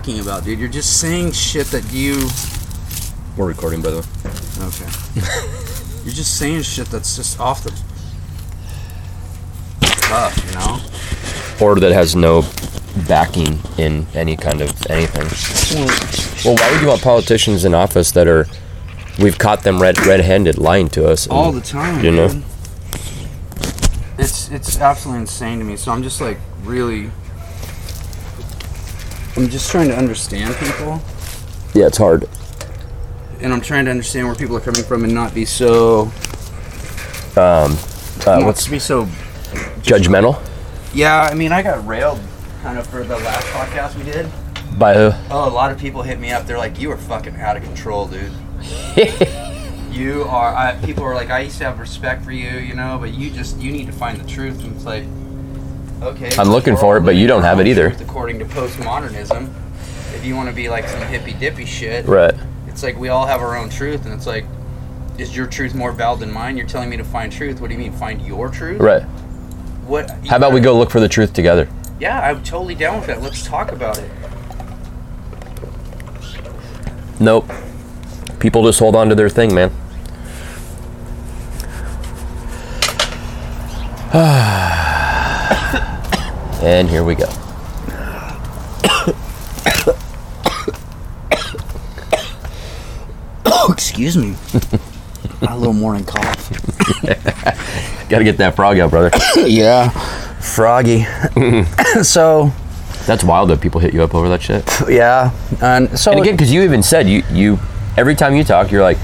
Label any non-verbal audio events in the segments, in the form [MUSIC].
talking about, dude? You're just saying shit that you. We're recording, by the way. Okay. [LAUGHS] You're just saying shit that's just off the cuff, you know? Or that has no backing in any kind of anything. Well, why would you want politicians in office that are? We've caught them red red-handed lying to us. and- All the time, You know? dude. It's it's absolutely insane to me. So I'm just like really. I'm just trying to understand people, yeah, it's hard. and I'm trying to understand where people are coming from, and not be so Uh, not what's to be so judgmental? Yeah, I mean, I got railed kind of for the last podcast we did. By who? Oh, a lot of people hit me up. They're like, "You are fucking out of control, [LAUGHS] dude. you are." I, people are like, "I used to have respect for you, you know, but you just you need to find the truth." And it's like, okay, I'm looking we're for all it, but you living don't have our it either. truth According to postmodernism, if you want to be like some hippy dippy shit, Right. it's like we all have our own truth, and it's like, is your truth more valid than mine? You're telling me to find truth. What do you mean, find your truth? Right. What? How about we go look for the truth together? Yeah, I'm totally down with that. Let's talk about it. Nope. People just hold on to their thing, man. [SIGHS] and here we go. Oh, [COUGHS] excuse [LAUGHS] me. My little morning cough. Gotta get that frog out, brother. yeah. Froggy. [LAUGHS] Mm-hmm. so, That's wild that people hit you up over that shit. [LAUGHS] yeah. And so, And again, because you even said you you every time you talk, you're like,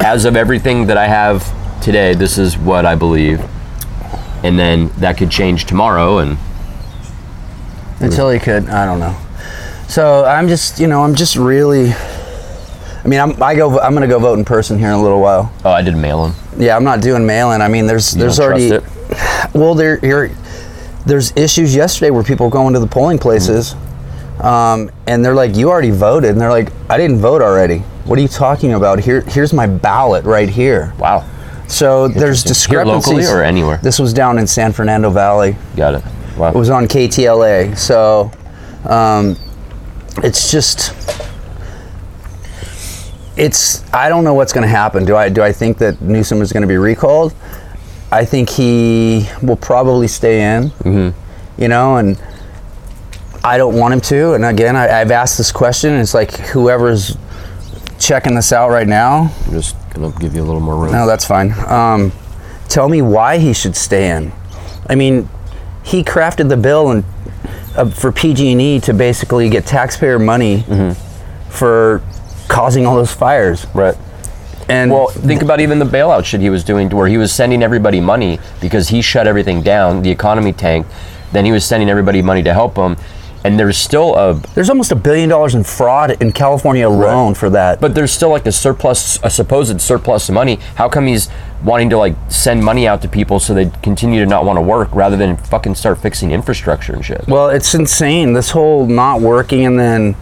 as of everything that I have today, this is what I believe, and then that could change tomorrow. And until he could, I don't know. So, I'm just, you know, I'm just really. I mean, I'm, I go. I'm gonna go vote in person here in a little while. oh, I did mail them. Yeah, I'm not doing mail-in. I mean, there's there's don't already. trust Well, there here, there's issues yesterday where people go into the polling places, um, and they're like, "You already voted," and they're like, "I didn't vote already." What are you talking about? Here, here's my ballot right here. Wow, So there's Here discrepancies. locally or anywhere? This was down in San Fernando Valley. Got it. Wow. It was on KTLA. So um, it's just it's I don't know what's going to happen. Do I do I think that Newsom is going to be recalled? I think he will probably stay in. Mm-hmm. You know, and I don't want him to. And again, I, I've asked this question. And it's like whoever's checking this out right now, I'm just gonna give you a little more room. no, that's fine. Um, tell me why he should stay in. I mean, he crafted the bill and uh, for PG&E to basically get taxpayer money Mm-hmm. for causing all those fires. Right. And Well, think about even the bailout shit he was doing, to where he was sending everybody money because he shut everything down, the economy tanked. Then he was sending everybody money to help him, and there's still a there's almost a billion dollars in fraud in California alone for that. but there's still like a surplus, a supposed surplus of money. How come he's wanting to like send money out to people so they continue to not want to work rather than fucking start fixing infrastructure and shit? Well, it's insane. This whole not working, and then,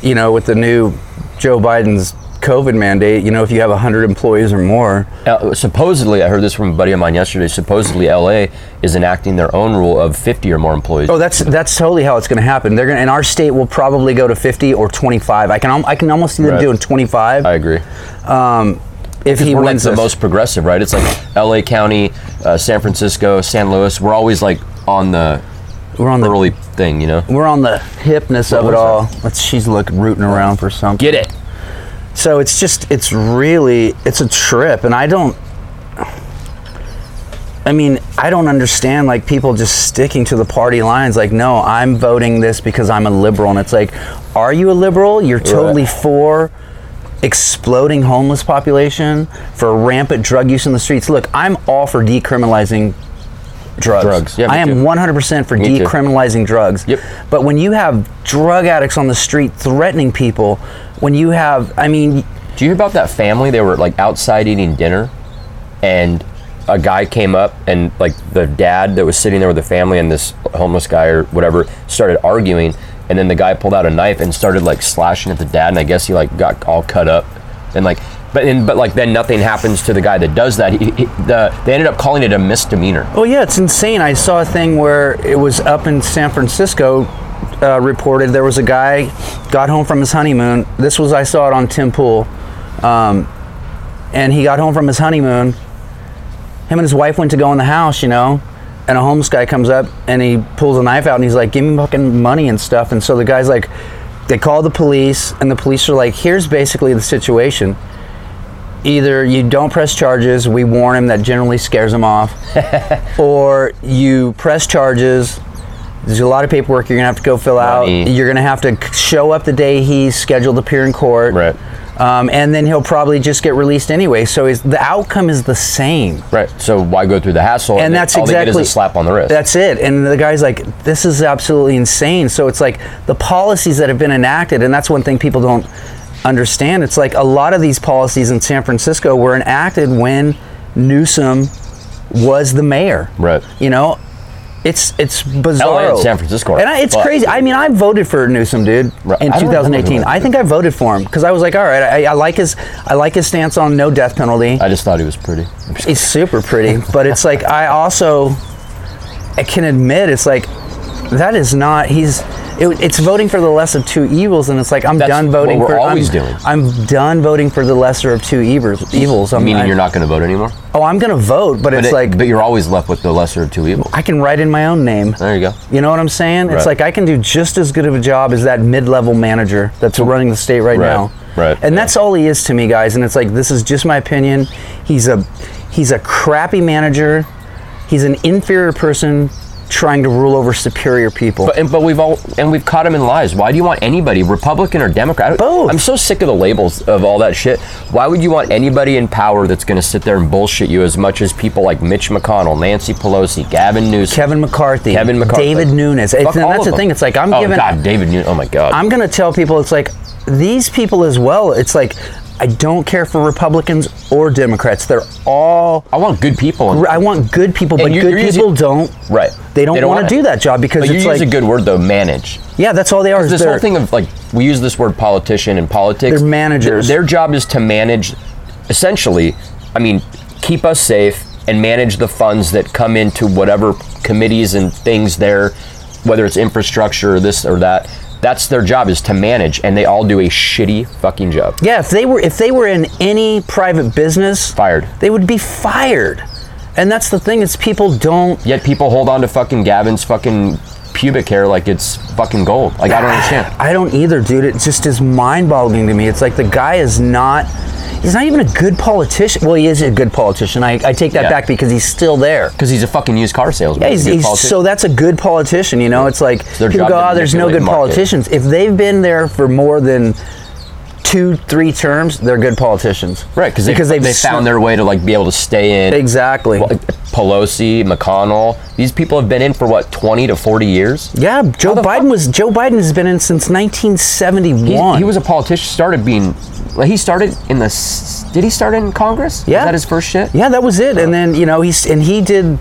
you know, with the new Joe Biden's COVID mandate, you know, if you have 100 employees or more, Uh, supposedly, I heard this from a buddy of mine yesterday. Supposedly, LA is enacting their own rule of 50 or more employees. Oh, that's that's totally how it's going to happen. They're going to, and our state will probably go to 50 or 25. I can al- I can almost see them Right. doing 25 I agree. um, if he we're like wins the this. most progressive, right? It's like LA County, uh, San Francisco, San Luis. We're always like on the We're on the early thing, you know. we're on the hipness of was it that? all. Let's, she's look rooting around for something. Get it? So it's just it's really it's a trip, and I don't. I mean, I don't understand like people just sticking to the party lines. Like, no, I'm voting this because I'm a liberal, and it's like, are you a liberal? You're totally for exploding homeless population, for rampant drug use in the streets. Look, I'm all for decriminalizing drugs. Drugs. Yeah, me I am too. 100% for Me too. decriminalizing drugs. Yep. But when you have drug addicts on the street threatening people, when you have, I mean, Do you hear about that family? They were like outside eating dinner, and a guy came up and like the dad that was sitting there with the family and this homeless guy or whatever started arguing, and then the guy pulled out a knife and started like slashing at the dad, and I guess he like got all cut up, and like. But, and, but like then nothing happens to the guy that does that. He, he, the, they ended up calling it a misdemeanor. oh yeah, it's insane. I saw a thing where it was up in San Francisco. uh, reported there was a guy got home from his honeymoon. This was I saw it on Tim Pool, um, and he got home from his honeymoon. Him and his wife went to go in the house, you know, and a homeless guy comes up and he pulls a knife out and he's like, "Give me fucking money and stuff." And so the guy's like, they call the police, and the police are like, "Here's basically the situation." Either you don't press charges, we warn him, that generally scares him off, or you press charges, there's a lot of paperwork you're gonna have to go fill out. Money. You're gonna have to show up the day he's scheduled to appear in court. Right. Um, and then he'll probably just get released anyway. So is, the outcome is the same. Right. So why go through the hassle? And that's all they get exactly- is a slap on the wrist. That's it. And the guy's like, this is absolutely insane. So it's like the policies that have been enacted, and that's one thing people don't understand. It's like a lot of these policies in San Francisco were enacted when Newsom was the mayor. Right. You know, it's it's bizarre. LA and San Francisco are And I, it's fucked. crazy. I mean, I voted for Newsom, dude, Right. in I don't remember 2018. that. I think I voted for him because I was like, all right, I, I like his I like his stance on no death penalty. I just thought he was pretty. I'm just- It's super pretty, but it's like I also I can admit it's like that is not he's it, it's voting for the less of two evils, and it's like I'm That's done what voting we're for always I'm, doing. I'm done voting for the lesser of two evils. Evils. I'm, Meaning I- you're not going to vote anymore. Oh, I'm gonna vote, but, But it's it- like but you're always left with the lesser of two evils. I can write in my own name. There you go. You know what I'm saying? It's Right. like I can do just as good of a job as that mid-level manager that's running the state right, Right, now. right, And yeah. that's all he is to me, guys. And it's like this is just my opinion. He's a he's a crappy manager. He's an inferior person trying to rule over superior people. But and, but we've all and we've caught him in lies. Why do you want anybody, Republican or Democrat? I- Both. I'm so sick of the labels of all that shit. Why would you want anybody in power that's going to sit there and bullshit you as much as people like Mitch McConnell, Nancy Pelosi, Gavin Newsom, Kevin McCarthy, Kevin McCarthy. David Nunes. It's- Fuck and all that's of the them. thing. It's like I'm oh, giving God, David Newsom. Oh my God. I'm gonna tell people it's like these people as well. It's like I don't care for Republicans or Democrats. They're all I want good people. in- I want good people, but you- good you're using- people don't. Right. They don't, want it. to do that job because But you it's use like, a good word though, manage. yeah, that's all they are. Is This they're- whole thing of like we use this word politician and politics. They're managers. Their, their job is to manage, essentially. I mean, keep us safe and manage the funds that come into whatever committees and things there, whether it's infrastructure or this or that. That's their job is to manage, and they all do a shitty fucking job. Yeah, if they were if they were in any private business, Fired. they would be fired. And that's the thing. It's people don't. Yet people hold on to fucking Gavin's fucking pubic hair like it's fucking gold. Like I [LAUGHS] don't understand. [SIGHS] I don't either, dude. It just is mind-boggling to me. It's like the guy is not. He's not even a good politician. Well, he is a good politician. I, I take that Yeah. back because he's still there. Because he's a fucking used car salesman. Yeah, he's, a good he's- politician. so that's a good politician. You know, it's like their people job go, to "Oh, there's no manipulate good the market." politicians." If they've been there for more than two, three terms, they're good politicians. Right, cause because they, they found their way to like be able to stay in. exactly. Well, Pelosi, McConnell, these people have been in for what 20 to 40 years. yeah, Joe the Biden fuck- was Joe Biden has been in since He's- 1971. He was a politician. Started being, like, he started in the. s- Did he start in Congress? Yeah. was that his first shit. yeah, that was Oh. it. And then you know he's and he did.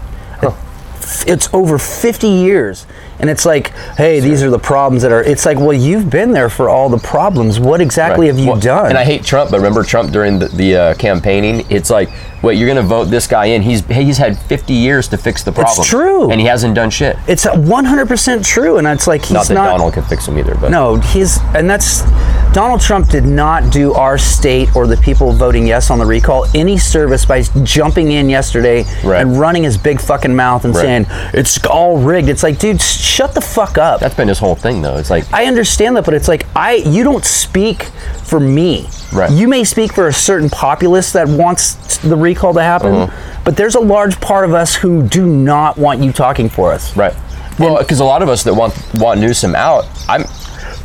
It's over 50 years, and it's like, hey, these are the problems that are. It's like, well, you've been there for all the problems. What exactly have you Well, done? And I hate Trump, but remember Trump during the, the uh, campaigning? It's like, wait, you're going to vote this guy in? He's he's had 50 years to fix the problem. true. and he hasn't done shit. it's 100% true, and it's like he's not that Donald can fix him either, but No, he's and that's Donald Trump did not do our state or the people voting yes on the recall any service by jumping in yesterday Right. and running his big fucking mouth and Right. saying it's all rigged. It's like, dude, s- shut the fuck up. that's been his whole thing though. It's like I understand that, but it's like I you don't speak for me. Right. You may speak for a certain populace that wants the recall to happen, Uh-huh. but there's a large part of us who do not want you talking for us. Right. Well, because a lot of us that want want Newsom out, I'm.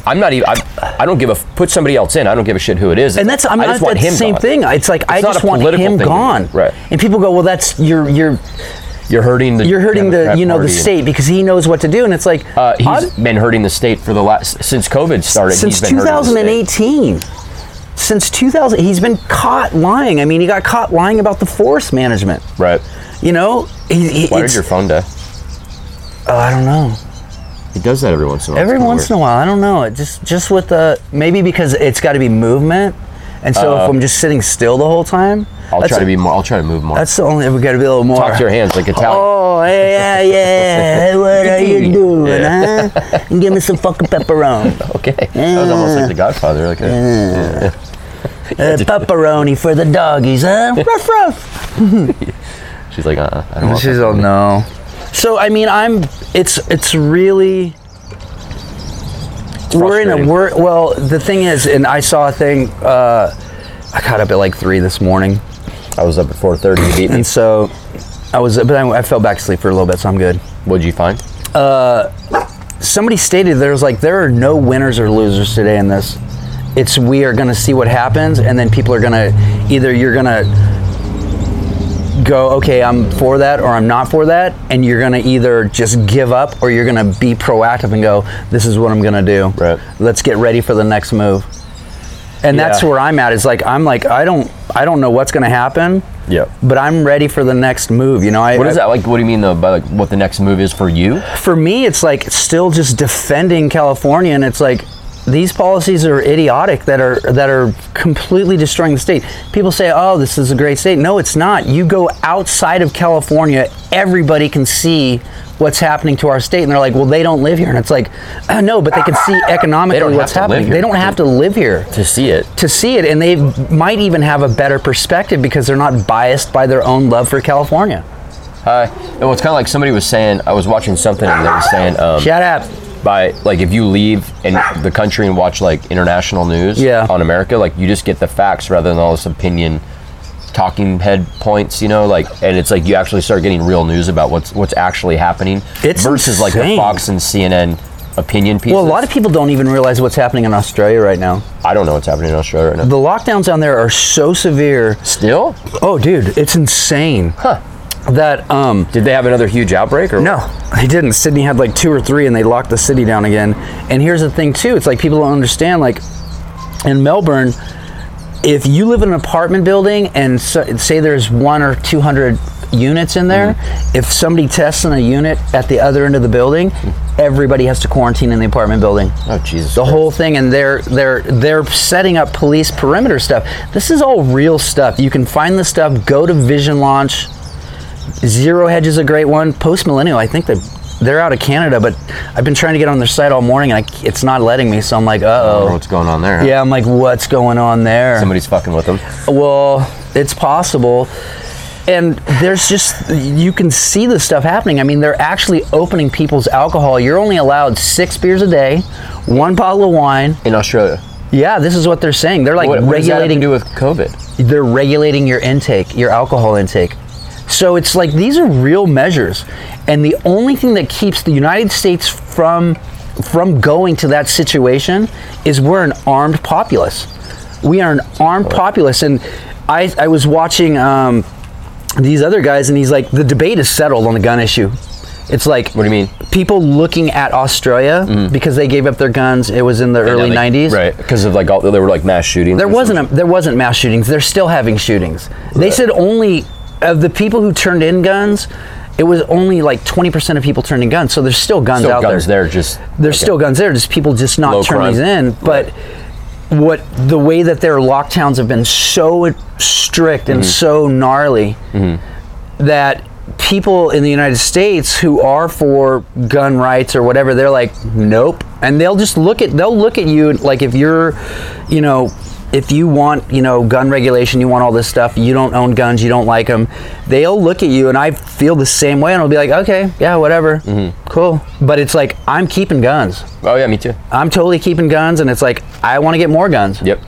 I'm not even. I, I don't give a. f- Put somebody else in. I don't give a shit who it is. And that's I'm I not just want that's the him same gone. thing. It's like I not just a want political him thing to do. gone. Right. And people go, well, that's you're you're You're hurting the. you're hurting the Democrat you know the Party. state because he knows what to do, and it's like Uh, he's I've- been hurting the state for the last since COVID started. since he's been hurting the state. 2018. Since 2000, he's been caught lying. I mean, he got caught lying about the forest management. Right. You know, he, he, Why did it's- your phone die? oh, I don't know. He does that every once in a while. Every once in a while, I don't know. It just just with the maybe because it's got to be movement, And so if I'm just sitting still the whole time, Uh, I'll that's try a- to be more. I'll try to move more. That's the only. We got to be a little more. Talk to your hands like Italian. Oh yeah, [LAUGHS] yeah. what are you doing, Yeah. huh? And give me some fucking pepperoni. [LAUGHS] Okay, that was almost like the Godfather. Like, Mm. a, Uh, pepperoni for the doggies, [LAUGHS] huh? Ruff, ruff. she's like, uh, I don't. Want She's that. all no. So I mean, I'm. It's it's really. we're in a frustrating. we're well. The thing is, and I saw a thing. Uh, I got up at like three this morning, I was up at four thirty. You beat [LAUGHS] me. and so I was. But I, I fell back asleep for a little bit, so I'm good. What'd you find? Somebody stated there's like there are no winners or losers today in this. It's we are going to see what happens, and then people are going to either you're going to go okay i'm for that or i'm not for that and you're gonna either just give up or you're gonna be proactive and go this is what i'm gonna do Right. let's get ready for the next move and that's Yeah. where i'm at it's like i'm like i don't i don't know what's gonna happen Yeah. but i'm ready for the next move you know I, What is I- that like? What do you mean though? By like, what the next move is for you? for me, it's like still just defending California, and it's like these policies are idiotic that are that are completely destroying the state. People say, "Oh, this is a great state." No, it's not. You go outside of California, everybody can see what's happening to our state, and they're like, "Well, they don't live here," and it's like, [CLEARS THROAT] uh, "No, but they can see economically have what's to live happening. here. They don't have to live here." To see it. to see it and they might even have a better perspective because they're not biased by their own love for California. Hi. And well, it's kind of like somebody was saying. I was watching something and they were saying. Um, Shut up. by like if you leave in the country and watch like international news Yeah. on America, like you just get the facts rather than all this opinion talking head points, you know, like and it's like you actually start getting real news about what's what's actually happening It's versus like the insane. Fox and CNN opinion pieces. Well, a lot of people don't even realize what's happening in Australia right now. I don't know what's happening in Australia right now. The lockdowns down there are so severe. Still? Oh, dude, it's insane. Huh. That um Did they have another huge outbreak or no, they didn't. Sydney had like two or three, and they locked the city down again. And here's the thing too: it's like people don't understand. Like in Melbourne, if you live in an apartment building and so, say there's one or two hundred units in there, if somebody tests in a unit at the other end of the building, everybody has to quarantine in the apartment building. Oh Jesus. the whole thing and they're they're they're setting up police perimeter stuff this is all real stuff you can find this stuff go to vision launch zero hedge is a great one post millennial i think they they're out of canada but i've been trying to get on their site all morning and I, it's not letting me so i'm like I don't know uh-oh what's going on there. yeah i'm like what's going on there Somebody's fucking with them. well, it's possible. And there's just, you can see this stuff happening. I mean, they're actually opening people's alcohol. You're only allowed six beers a day, one bottle of wine. In Australia. Yeah, this is what they're saying. They're like What, what does that have to regulating, do with COVID? they're regulating your intake, your alcohol intake. So it's like these are real measures. And the only thing that keeps the United States from from going to that situation is we're an armed populace. We are an armed populace. And I, I was watching um, these other guys, and he's like, the debate is settled on the gun issue. It's like, What do you mean? People looking at Australia because they gave up their guns. It was in the early Now they- 90s. Right. Because of like all there were like mass shootings. There and stuff. wasn't a, there wasn't mass shootings. They're still having shootings. They said only of the people who turned in guns, it was only like twenty percent of people turned in guns. So there's still guns still out guns there. there. Just There's still guns there. Just people just not Low turn crime. these in. But what the way that their lockdowns have been so strict and so gnarly that people in the United States who are for gun rights or whatever, they're like, nope, and they'll just look at they'll look at you like if you're, you know, if you want you know gun regulation, you want all this stuff, you don't own guns, you don't like them, they'll look at you, and I feel the same way, and I'll be like, okay, yeah, whatever, cool, but it's like I'm keeping guns, Oh yeah, me too. I'm totally keeping guns, and it's like I want to get more guns, Yep.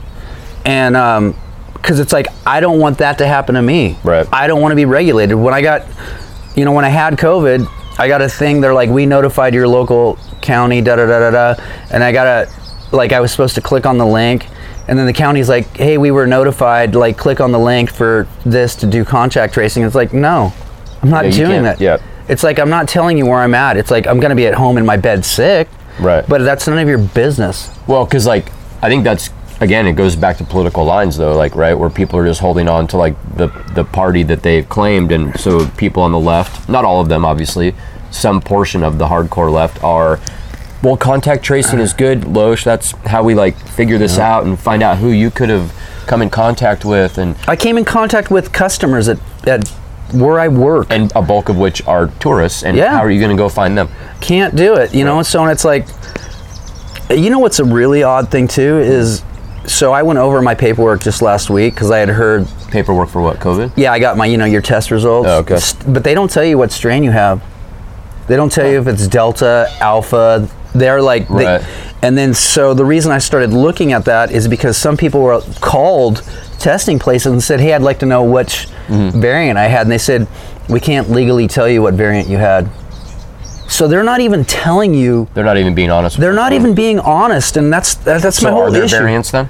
and um because it's like i don't want that to happen to me Right. i don't want to be regulated when i got you know when i had covid i got a thing they're like we notified your local county da da da da da and i got a like i was supposed to click on the link and then the county's like hey we were notified like click on the link for this to do contact tracing it's like no i'm not Yeah, you doing can't. that Yeah. it's like i'm not telling you where i'm at it's like i'm gonna be at home in my bed sick Right. but that's none of your business Well, because like I think that's again it goes back to political lines though, like right where people are just holding on to like the the party that they've claimed, and so people on the left, not all of them obviously, some portion of the hardcore left are. Well, contact tracing is good, Loesch. That's how we like figure this out and find out who you could have come in contact with, and I came in contact with customers at, at where I work. and a bulk of which are tourists. And Yeah. how are you going to go find them? can't do it, you know. So and it's like, you know, what's a really odd thing too is, so I went over my paperwork just last week because I had heard, Paperwork for what? COVID. yeah, I got my, you know, your test results. Oh, okay. S- But they don't tell you what strain you have. They don't tell you if it's Delta, Alpha. They're like, they- Right. and then so the reason I started looking at that is because some people were called testing places and said, hey, I'd like to know which Mm-hmm. variant I had, and they said, we can't legally tell you what variant you had. So they're not even telling you They're not even being honest. they're not even being honest, and that's that, that's So my whole are there issue. variants then?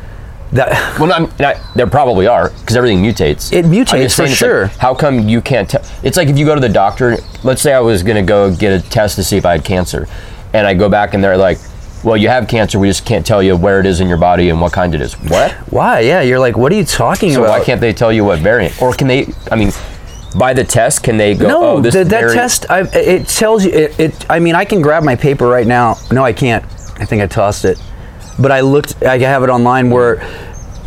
That- [LAUGHS] Well, I'm, not, there probably are because everything mutates. It mutates I'm just for saying, it's like, sure. how come you can't tell? It's like if you go to the doctor. Let's say I was going to go get a test to see if I had cancer, and I go back and they're like, "Well, you have cancer. We just can't tell you where it is in your body and what kind it is." What? why? Yeah, you're like, what are you talking So about? why can't they tell you what variant? Or can they? I mean, by the test, can they go? no, oh, this the- that variant- test I, it tells you. It, it. I mean, I can grab my paper right now. No, I can't. I think I tossed it. But I looked. I have it online where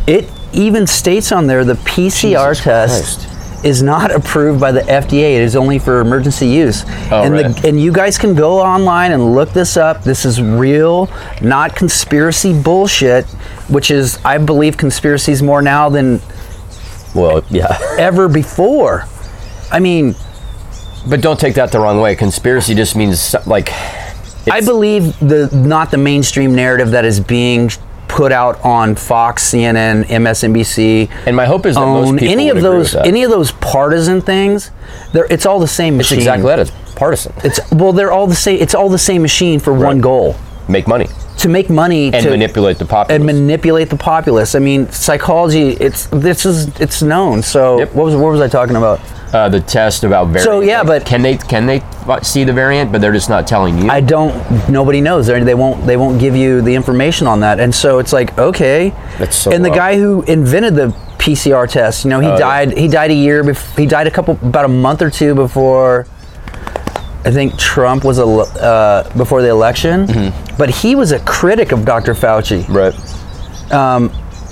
it even states on there the PCR test is not approved by the FDA. It is only for emergency use. Oh, and right. the, and you guys can go online and look this up. This is real, not conspiracy bullshit. Which is, I believe, conspiracies more now than Well, yeah, ever before. I mean, but don't take that the wrong way. Conspiracy just means so- like I believe the not the mainstream narrative that is being put out on Fox, CNN, MSNBC, And my hope is that most own people any would of agree those with that. any of those partisan things. They're, it's all the same it's machine. exactly that. It's partisan. It's well, they're all the same. It's all the same machine for one goal Make money to make money and to manipulate the populace. and manipulate the populace. I mean, psychology. It's this is it's known. So Yep. what was what was I talking about? uh, the test about variant. So, yeah, Like, but- can they can they f- see the variant? But they're just not telling you. I don't. Nobody knows. They're, they won't. They won't give you the information on that. And so it's like, okay. That's so And the wild. Oh, guy who invented the PCR test, you know, he yeah. died. He died a year. Bef- he died a couple, about a month or two before. I think Trump was a uh, before the election, but he was a critic of Dr. Fauci. Mm-hmm. right.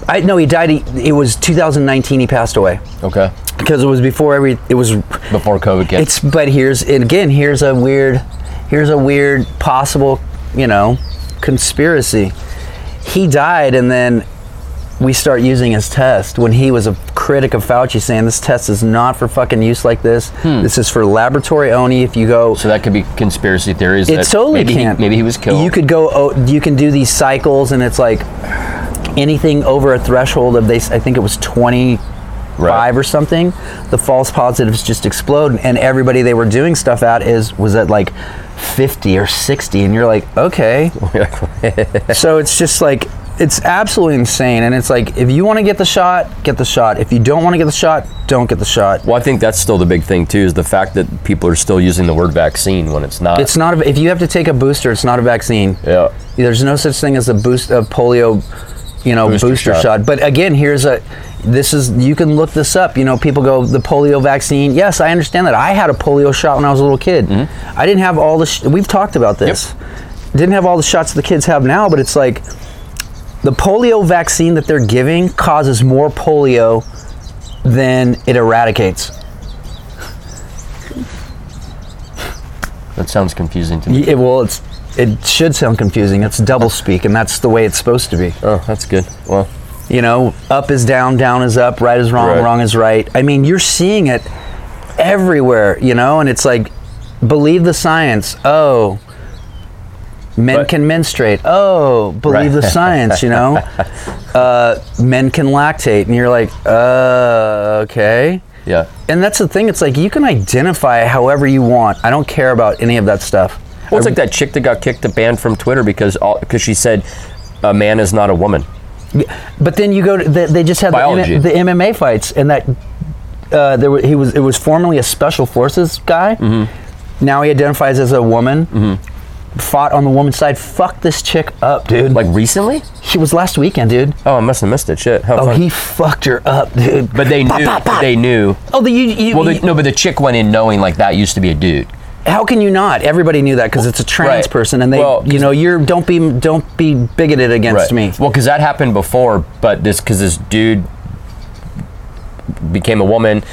I no, he died. He, it was 2019. He passed away Okay. because it was before every. It was Before COVID came. it's but here's and again here's a weird here's a weird possible you know conspiracy he died and then we start using his test when he was a critic of Fauci saying this test is not for fucking use like this this is for laboratory only if you go so that could be conspiracy theories. it that totally maybe can't He, maybe he was killed. [LAUGHS] you could go oh, you can do these cycles and it's like anything over a threshold of they I think it was 20 Right. five or something, the false positives just explode, and everybody they were doing stuff at is was at like fifty or sixty, and you're like, [LAUGHS] okay. so it's just like it's absolutely insane, and it's like if you want to get the shot, get the shot. If you don't want to get the shot, don't get the shot. Well, I think that's still the big thing too is the fact that people are still using the word vaccine when it's not. It's not a, if you have to take a booster, it's not a vaccine. yeah. There's no such thing as a boost a polio, you know, Booster booster, shot. shot. But again, here's a this is you can look this up. You know, people go the polio vaccine. Yes, I understand that. I had a polio shot when I was a little kid. I didn't have all the. Sh- we've talked about this. Didn't have all the shots the kids have now, but it's like the polio vaccine that they're giving causes more polio than it eradicates. That sounds confusing to me. Y- It, well, it's it should sound confusing. It's double speak, and that's the way it's supposed to be. Oh, that's good. Well, You know, up is down, down is up, right is wrong, Right. wrong is right. I mean, you're seeing it everywhere, you know, and it's like, believe the science. Oh, men But- can menstruate. Oh, believe Right. the science, you [LAUGHS] know. uh, men can lactate. And you're like, uh, okay. yeah. And that's the thing. It's like, you can identify however you want. I don't care about any of that stuff. Well, it's like that chick that got kicked the banned from Twitter because all because she said a man is not a woman. But then you go to they, they just had the, Biology. M- the MMA fights, and that uh, there were, he was it was formerly a special forces guy. Mm-hmm. Now he identifies as a woman. Fought on the woman's side. Fuck this chick up, dude. Like Like recently? she was last weekend, dude. Oh, I must have missed it. Shit. How Oh, funny. he fucked her up, dude. but they Pa, knew. pa, pa. They knew. oh, the, you, you, Well, the, no, but the chick went in knowing like that used to be a dude. how can you not? Everybody knew that because it's a trans Right. person, and they, Well, you know, you're don't be don't be bigoted against me. Well, because that happened before, but this because this dude became a woman,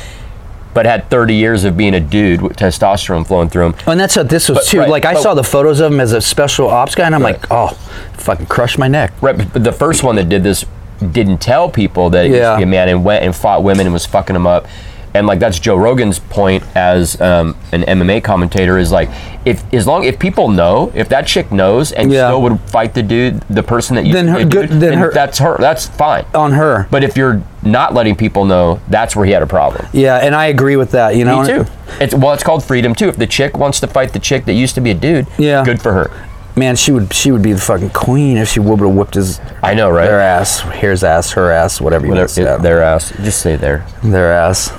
but had 30 years of being a dude with testosterone flowing through him. Oh, And that's what this was But- too. right, like I but- saw the photos of him as a special ops guy, and I'm Right. like, oh, fucking crushed my neck. Right, but- but the first one that did this didn't tell people that it used Yeah. to be a man and went and fought women and was fucking them up. And like that's Joe Rogan's point as um, an MMA commentator is like if as long if people know if that chick knows and Yeah. still would fight the dude the person that you Then her- the good- dude, then her- that's her that's fine On her. but if you're not letting people know that's where he had a problem Yeah, and I agree with that. You know, me too it's well it's called freedom too if the chick wants to fight the chick that used to be a dude Yeah. good for her man, she would she would be the fucking queen if she would have whipped his I know right their ass, his ass, her ass, whatever you Whatever- want to say. their ass just say there their ass.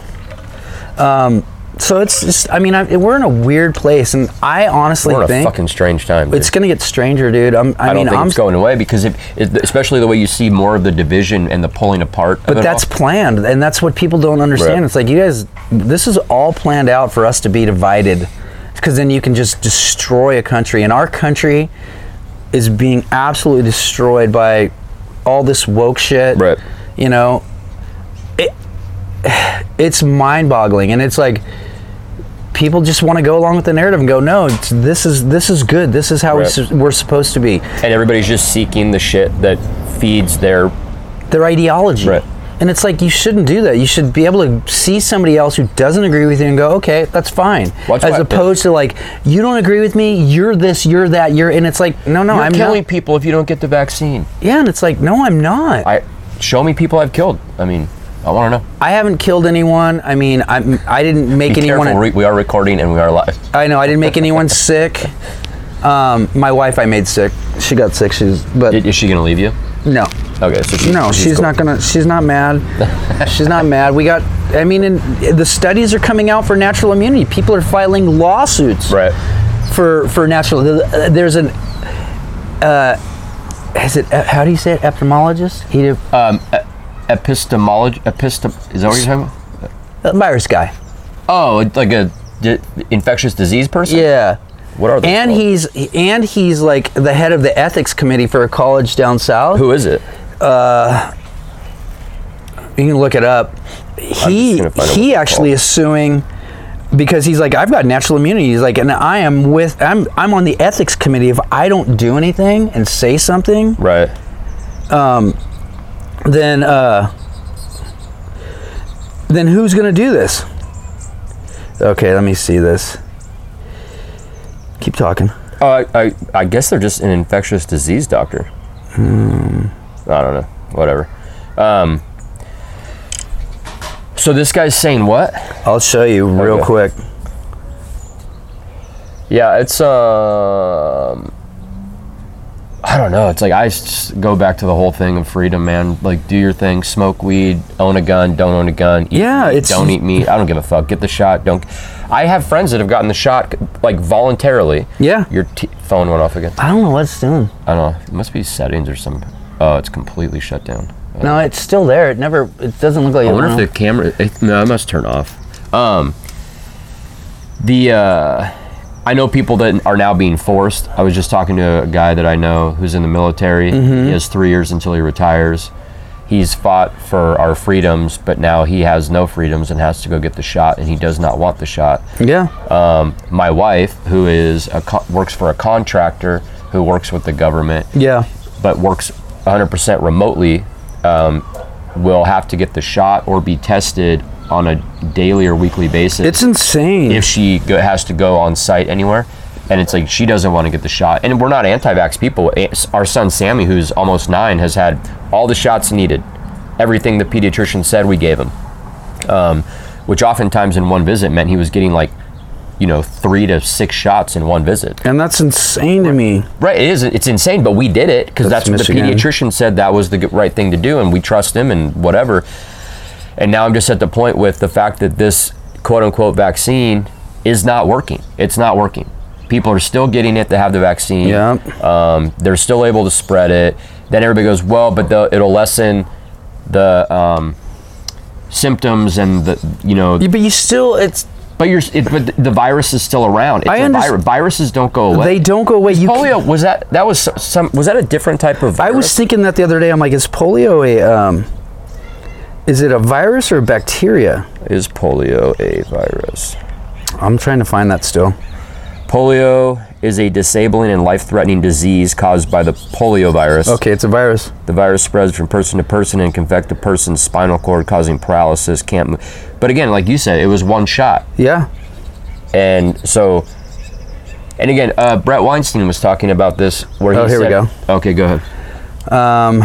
Um, so it's just, I mean, I, we're in a weird place, and I honestly we're in a think fucking strange time dude. it's going to get stranger, dude. I'm, I, I, mean, don't think I'm, it's going away because if, it, especially the way you see more of the division and the pulling apart. of but it that's all. planned, and that's what people don't understand. Right. It's like you guys, this is all planned out for us to be divided, because then you can just destroy a country, and our country is being absolutely destroyed by all this woke shit. Right. You know, [SIGHS] it's mind-boggling and it's like people just want to go along with the narrative and go no it's, this is this is good this is how we Right. su- we're supposed to be and everybody's just seeking the shit that feeds their their ideology Right. and it's like you shouldn't do that you should be able to see somebody else who doesn't agree with you and go okay that's fine Watch as what- opposed to like you don't agree with me you're this you're that you're and it's like no no You're i'm killing not people if you don't get the vaccine. yeah and it's like no i'm not I show me people I've killed. I mean, I want to know. i haven't killed anyone i mean i'm i didn't make Be anyone careful. We- we are recording and we are live. I know I didn't make anyone sick. Um, my wife I made sick. She got sick. She's but Is, is she gonna leave you? no, Okay, so she, no. She's cool. not gonna. She's not [LAUGHS] mad. she's not mad. We got. I mean, and the studies are coming out for natural immunity. People are filing lawsuits Right. for for natural. uh, There's an. Uh, is it uh, how do you say it? Epidemiologist? He did, uh, Um, epistemology. Epistem. Is that what you're talking about? a virus guy. Oh, like a di- infectious disease person. Yeah. What are they? And called? he's and he's like the head of the ethics committee for a college down south. Who is it? you can look it up. He gonna find out what he it's actually called. is suing because he's like, I've got natural immunity. He's like, and I am with I'm I'm on the ethics committee. If I don't do anything and say something, Right. then uh, then who's gonna do this? Okay, let me see this. Keep talking. Uh, I, I guess they're just an infectious disease doctor. Hmm. I don't know. Whatever. Um, so this guy's saying what? I'll show you real Okay. quick. Yeah, it's um, I don't know. It's like I s- go back to the whole thing of freedom, man. Like do your thing, smoke weed, own a gun, don't own a gun. Eat Yeah, meat, it's- don't eat meat. I don't give a fuck. Get the shot. Don't. I have friends that have gotten the shot like voluntarily. Yeah. Your t- phone went off again. I don't know what it's doing. I don't know. It must be settings or something. Oh, it's completely shut down. Uh, No, it's still there. It never. It doesn't look like. I it wonder if went the camera. It, no, it must turn off. Um, the uh, I know people that are now being forced. I was just talking to a guy that I know who's in the military. He has three years until he retires. He's fought for our freedoms, but now he has no freedoms and has to go get the shot, and he does not want the shot off. yeah. um, my wife, who is a co- works for a contractor who works with the government, Yeah. but works 100% remotely, um, will have to get the shot or be tested on a daily or weekly basis It's insane. if she go, has to go on site anywhere. And it's like she doesn't want to get the shot. And we're not anti-vax people. A- Our son Sammy, who's almost nine, has had all the shots needed, everything the pediatrician said we gave him, um, which oftentimes in one visit meant he was getting like, you know, three to six shots in one visit. And that's insane to me. Right, it is. It's insane, but we did it because That's that's, what Michigan. the pediatrician said that was the g- right thing to do, and we trust him and whatever. And now I'm just at the point with the fact that this quote unquote vaccine is not working. It's not working. People are still getting it. They have the vaccine. Yeah. Um, they're still able to spread it. Then everybody goes, well, but the, it'll lessen the um, symptoms and the you know. Yeah, but you still, it's But you're it, but the virus is still around. It's I a underst- vir- viruses don't go away. they don't go away. You Polio was that that was some was that a different type of I virus? was thinking that the other day. I'm like, is polio a um, Is it a virus or a bacteria? Is polio a virus? I'm trying to find that still. Polio is a disabling and life threatening disease caused by the poliovirus. Okay, it's a virus. The virus spreads from person to person and can affect a person's spinal cord, causing paralysis, can't move. But again, like you said, it was one shot. Yeah. And so, and again, uh, Brett Weinstein was talking about this where he Oh, here we said- Okay, go ahead. Um,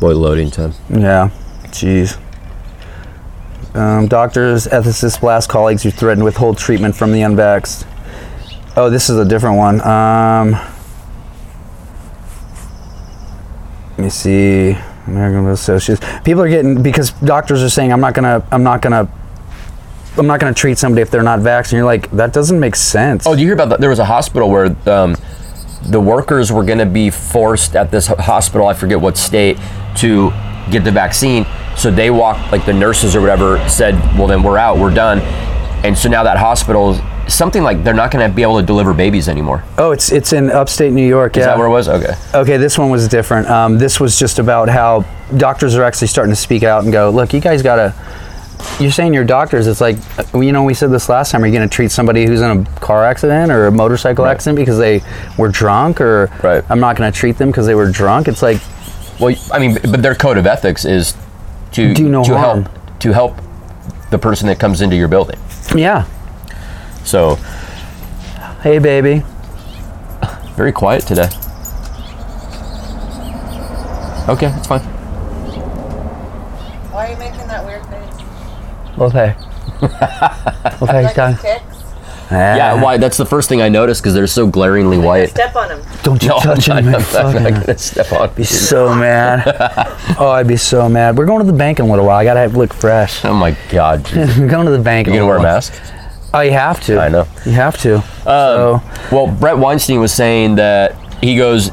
Boy, loading time. yeah. Jeez. Um, doctors, ethicists, blast colleagues who threaten to withhold treatment from the unvaxxed. Oh, this is a different one. Um, let me see. American Medical Associates. People are getting because doctors are saying I'm not gonna, I'm not gonna, I'm not gonna treat somebody if they're not vaccinated. You're like that doesn't make sense. Oh, did you hear about that? There was a hospital where um, the workers were going to be forced at this ho- hospital, I forget what state, to get the vaccine. So they walked, like the nurses or whatever said, well, then we're out, we're done. And so now that hospital, something like they're not going to be able to deliver babies anymore. Oh, it's it's in upstate New York. yeah. Is that where it was? Okay. Okay, this one was different. Um, this was just about how doctors are actually starting to speak out and go, look, you guys gotta. You're saying you're doctors. It's like, uh, well, you know, we said this last time. Are you going to treat somebody who's in a car accident or a motorcycle accident because they were drunk, or Right. I'm not going to treat them because they were drunk? It's like, Well, I mean, but their code of ethics is to Do no to harm. help to help the person that comes into your building. yeah, So hey baby. very quiet today. Okay, it's fine. Why are you making that weird face? Okay. okay, Like done. kicks? [LAUGHS] Yeah, why? That's the first thing I noticed because they're so glaringly white. [LAUGHS] Step on him. Don't you No, touch I'm him. not, man. I'm not Fucking- gonna [LAUGHS] step on. be so mad. [LAUGHS] oh, I'd be so mad. We're going to the bank in a little while. I gotta have, look fresh. Oh my god, Jesus. We're [LAUGHS] going to the bank. you in gonna wear a little while. mask? Oh, you have to. I know. You have to. Um, so, well, Brett Weinstein was saying that he goes,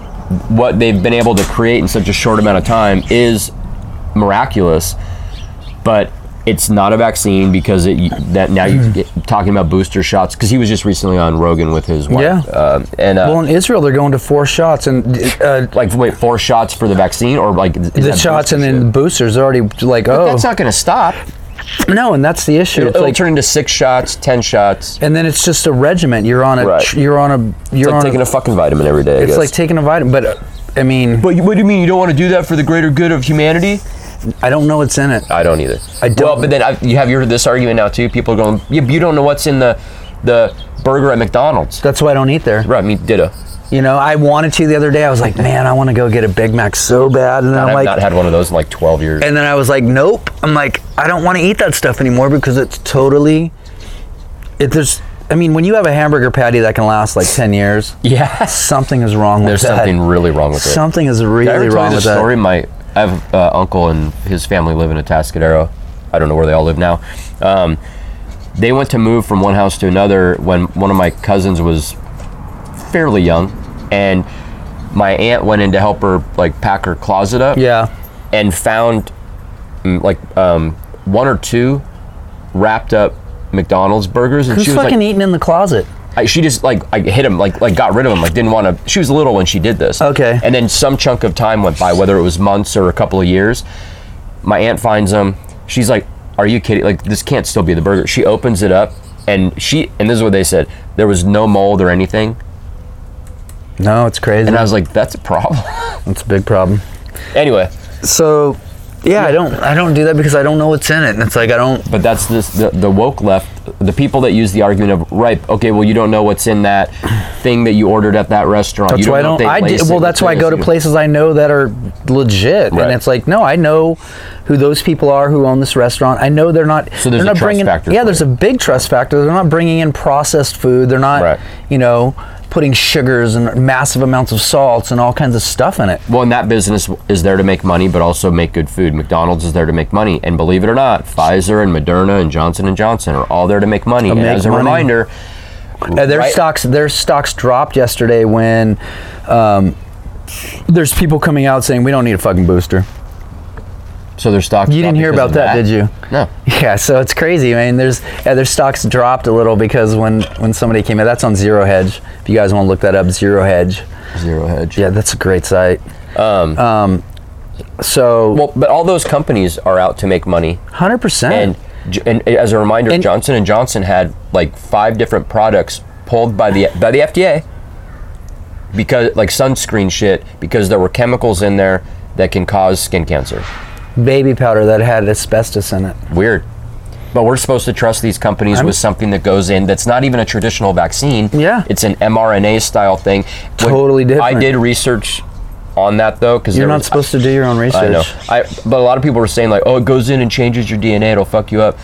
what they've been able to create in such a short amount of time is miraculous, but it's not a vaccine because it that now Mm. you're talking about booster shots because he was just recently on Rogan with his wife, Yeah. um, and uh, well, in Israel, they're going to four shots and uh, like wait four shots for the vaccine or like is the that shots and boosters? then boosters are already like, oh That's not going to stop. no, and that's the issue. It'll, It's it'll like, turn into six shots, ten shots. and then it's just a regiment. You're on a. Right. tr- You're on a. You're It's like on. taking a, a fucking vitamin every day. I it's guess. like taking a vitamin, but. Uh, I mean, But you- what do you mean you don't want to do that for the greater good of humanity? I don't know what's in it. I don't either. I don't. Well, but then I, you have your this argument now too. People are going, yeah, but you don't know what's in the the burger at McDonald's. That's why I don't eat there. Right, I mean, ditto. You know, I wanted to the other day. I was like, man, I want to go get a Big Mac so bad, and then I've I'm like, not had one of those in like 12 [LAUGHS] years. And then I was like, nope. I'm like, I don't want to eat that stuff anymore because it's totally. It there's. I mean, when you have a hamburger patty that can last like ten years, yeah. something is wrong There's with that. something really wrong with it. Something is Did I ever really tell wrong you with this that. story? My, I have uh, uncle and his family live in a Atascadero. I don't know where they all live now. Um, they went to move from one house to another when one of my cousins was fairly young, and my aunt went in to help her like pack her closet up. Yeah. and found mm, like um, one or two wrapped up McDonald's burgers, and Who's she was fucking like, eating in the closet? I, she just like I hit him, like like got rid of him, like didn't want to. She was little when she did this. Okay. And then some chunk of time went by, whether it was months or a couple of years. My aunt finds them. She's like, "Are you kidding? Like this can't still be the burger." She opens it up, and she and this is what they said: there was no mold or anything. No, it's crazy. And I was like, "That's a problem." [LAUGHS] it's a big problem. anyway, So, yeah, I don't. I don't do that because I don't know what's in it, and it's like I don't. But that's this, the, the woke left, the people that use the argument of, right, okay, well, you don't know what's in that thing that you ordered at that restaurant. That's you why I know don't. if they I laced do, it well, with that's why I this." go to places I know that are legit, Right. and it's like, no, I know who those people are who own this restaurant. I know they're not. So they're there's a not trust bringing, factor Yeah, for there's you. a big trust factor. They're not bringing in processed food. They're not, Right. you know, putting sugars and massive amounts of salts and all kinds of stuff in it. Well, and that business is there to make money, but also make good food. McDonald's is there to make money, and believe it or not, Pfizer and Moderna and Johnson and Johnson are all there to make money. And make as a money. reminder, Uh, their right- stocks their stocks dropped yesterday when um, there's people coming out saying we don't need a fucking booster. So their stock. You didn't hear about that, did you? No. [LAUGHS] Yeah, so it's crazy. I mean, there's yeah, their stocks dropped a little because when when somebody came out, that's on Zero Hedge. If you guys want to look that up, Zero Hedge. Zero hedge. Yeah, that's a great site. Um, So Well, but all those companies are out to make money, 100%. and J- and as a reminder, And- Johnson and Johnson had like five different products pulled by the by the FDA because like sunscreen shit because there were chemicals in there that can cause skin cancer. baby powder that had asbestos in it. Weird. But we're supposed to trust these companies with something that goes in that's not even a traditional vaccine. Yeah. It's an mRNA style thing. When Totally different. I did research on that though because You're not supposed to do your own research. I know. I but a lot of people were saying like, oh, it goes in and changes your DNA. It'll fuck you up.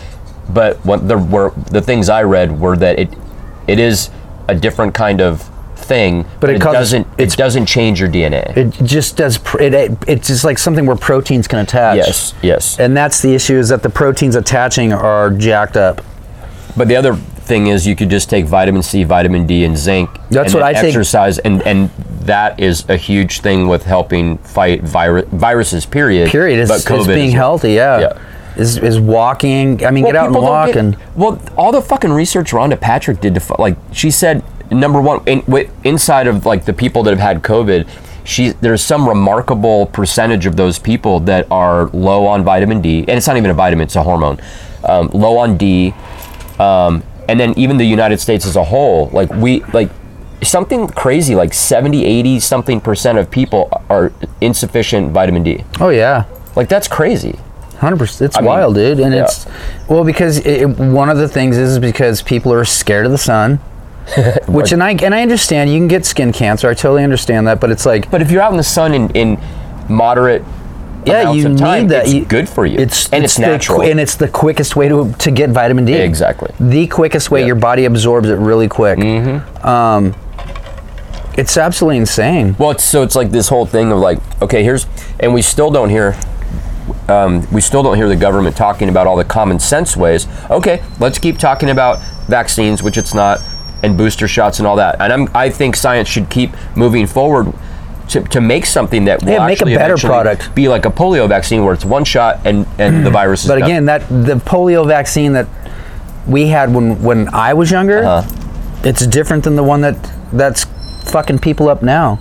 But what the were the things I read were that it it is a different kind of thing, but, it it, causes- doesn't it doesn't change your DNA. It just does. pr- It, it it's just like something where proteins can attach. yes, yes. And that's the issue is that the proteins attaching are jacked up. But the other thing is you could just take vitamin C, vitamin D, and zinc. That's and what then I think. Exercise and and that is a huge thing with helping fight virus viruses. Period. Period. It's, but it's COVID being is- healthy. Yeah. Yeah. Is is walking? I mean, get out and people walk. don't and get- well, all the fucking research Rhonda Patrick did to fu- like she said number one in, wi- inside of like the people that have had COVID, she there's some remarkable percentage of those people that are low on vitamin D, and it's not even a vitamin; it's a hormone. Um, low on D, um, and then even the United States as a whole, like we like something crazy like 70 80 something percent of people are insufficient vitamin d oh yeah, like that's crazy hundred percent. It's mean, wild, dude. And yeah. it's well because it, it- one of the things is because people are scared of the [LAUGHS] sun. Which and I and I understand you can get skin cancer. I totally understand that, but it's like But if you're out in the sun in, in moderate Yeah, amounts you of time, need that. it's You- good for you. It's and it's, the natural. qui- and it's the quickest way to to get vitamin D. Exactly. The quickest way your body absorbs it really quick. Mm-hmm. Um, it's absolutely insane. well, it's, so it's like this whole thing of like, okay, here's, and we still don't hear, um, we still don't hear the government talking about all the common sense ways. Okay, let's keep talking about vaccines, which it's not, and booster shots and all that. And I'm, I think science should keep moving forward. To, to make something that will Yeah, make a actually better eventually product. be like a polio vaccine where it's one shot and, [CLEARS THROAT] and the virus is But done. again, that the polio vaccine that we had when when I was younger, Uh-huh. it's different than the one that that's fucking people up now.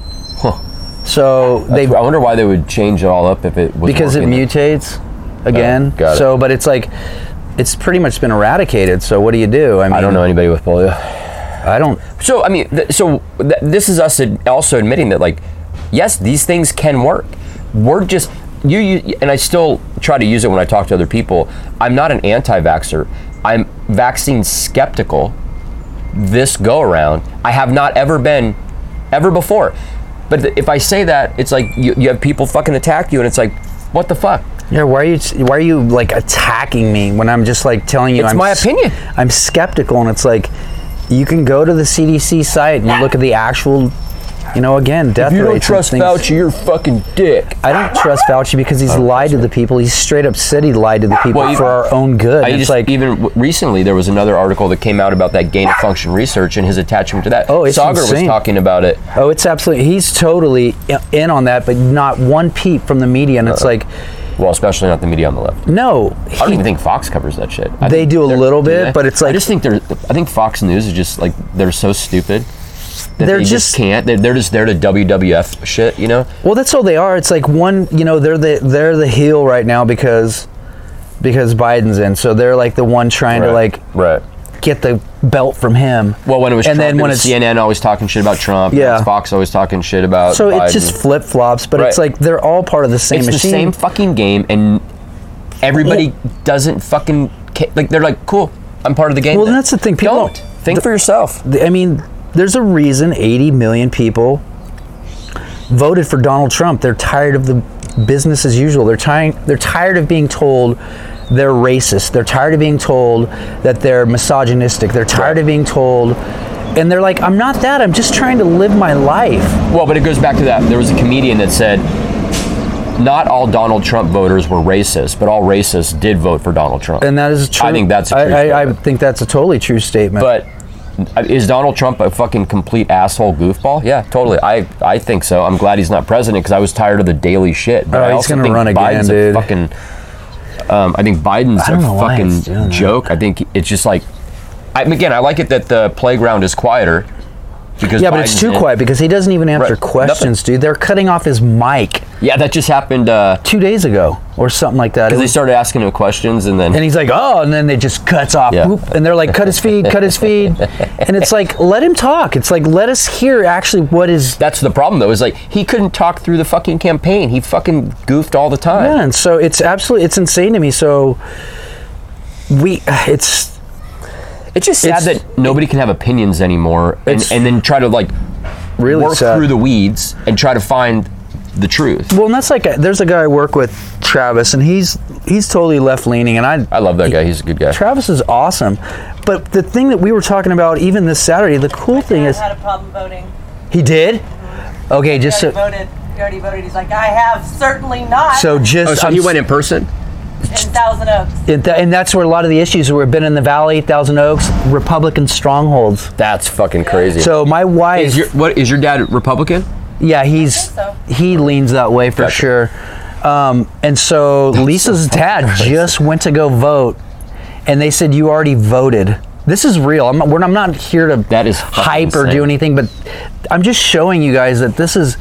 So they I wonder why they would change it all up if it was because it working. mutates again. Oh, got it. so, but it's like it's pretty much been eradicated. So what do you do? I mean, I don't know anybody with polio. I don't. So I mean, th- so th- this is us ad- also admitting that like, yes, these things can work. We're just you, you and I still try to use it when I talk to other people. I'm not an anti-vaxxer. I'm vaccine skeptical. This go around, I have not ever been, ever before. But th- if I say that, it's like you, you have people fucking attack you, and it's like, what the fuck? Yeah, why are you why are you like attacking me when I'm just like telling you It's I'm my s- opinion. I'm skeptical and it's like you can go to the CDC site and look at the actual you know again death If you don't rates trust and things. Fauci, you're a fucking dick. I don't trust Fauci because he's lied to the people. He's straight up said he lied to the people Well, you- for our own good. I it's just like even w- recently there was another article that came out about that gain of function research and his attachment to that. Oh, it's Sagar was insane. talking about it. oh, it's absolutely he's totally i- in on that, but not one peep from the media and it's like Well, especially not the media on the left. no, Uh-huh. I don't he- even think Fox covers that shit. I They think do a they're- little do bit, they? but it's like- I just think they're. I think Fox News is just like they're so stupid. That They're they just- can't. They're, they're just there to WWF shit, you know. Well, that's all they are. It's like one, you know, they're the they're the heel right now because because Biden's in. So they're like the one trying to like right. get the belt from him. Well, when it was and Trump, then when it was it's CNN always talking shit about Trump. Yeah. it was Fox always talking shit about. so Biden. it's just flip flops, but it's Right. like they're all part of the same it's machine. the same fucking game, and everybody doesn't fucking ca- like. They're like, cool, I'm part of the game. Well, then." that's the thing, people don't don't- think for yourself. I mean, there's a reason 80 million people voted for Donald Trump. They're tired of the business as usual. They're tired. They're tired of being told they're racist. They're tired of being told that they're misogynistic. They're tired of being told, and they're like, "I'm not that. I'm just trying to live my life." Well, but it goes back to that. There was a comedian that said, not all Donald Trump voters were racist, but all racists did vote for Donald Trump. And that is true. I think that's a true I, I, I statement. think that's a totally true statement. but uh, is Donald Trump a fucking complete asshole goofball? Yeah, totally. I I think so. I'm glad he's not president because I was tired of the daily shit. But Oh, I he's also gonna think run again, Biden's dude. A fucking. Um, I think Biden's don't know a why it's doing fucking that. joke. I think it's just like, I, again, I like it that the playground is quieter. Because yeah, but it's Biden's too in. quiet because he doesn't even answer Right. questions, dude. They're cutting off his mic. Yeah, that just happened because two days ago or something like that. It they was- started asking him questions, and then and he's like, oh, and then it just cuts off. Yeah. Whoop, and they're like, cut his feed, cut his [LAUGHS] feed. And it's like, let him talk. It's like, let us hear actually what is. that's the problem though. Is like he couldn't talk through the fucking campaign. He fucking goofed all the time. Yeah, and so it's absolutely, it's insane to me. So we, [SIGHS] it's, It's just sad It's- that nobody can have opinions anymore, and, and then try to like Really work sad. through the weeds and try to find the truth. well, and that's like, a, there's a guy I work with, Travis, and he's, he's totally left leaning. And I, I love that guy. He's a good guy. Travis is awesome. But the thing that we were talking about even this Saturday, the cool thing I is, had a problem voting. he did? Okay, He just already so, voted. He already voted. He's like, I have certainly not. so just. Oh, so I'm he s- went in person. in Thousand Oaks. And, tha- and that's where a lot of the issues were been in the valley, Thousand Oaks, Republican strongholds. That's fucking crazy. So my wife, is your what is your dad Republican? yeah, he's so. he leans that way for Gotcha. sure. Um, and so [LAUGHS] Lisa's dad just went to go vote, and they said you already voted. This is real. I'm not, we're, I'm not here to That is fucking hype or do insane. anything, but I'm just showing you guys that this is.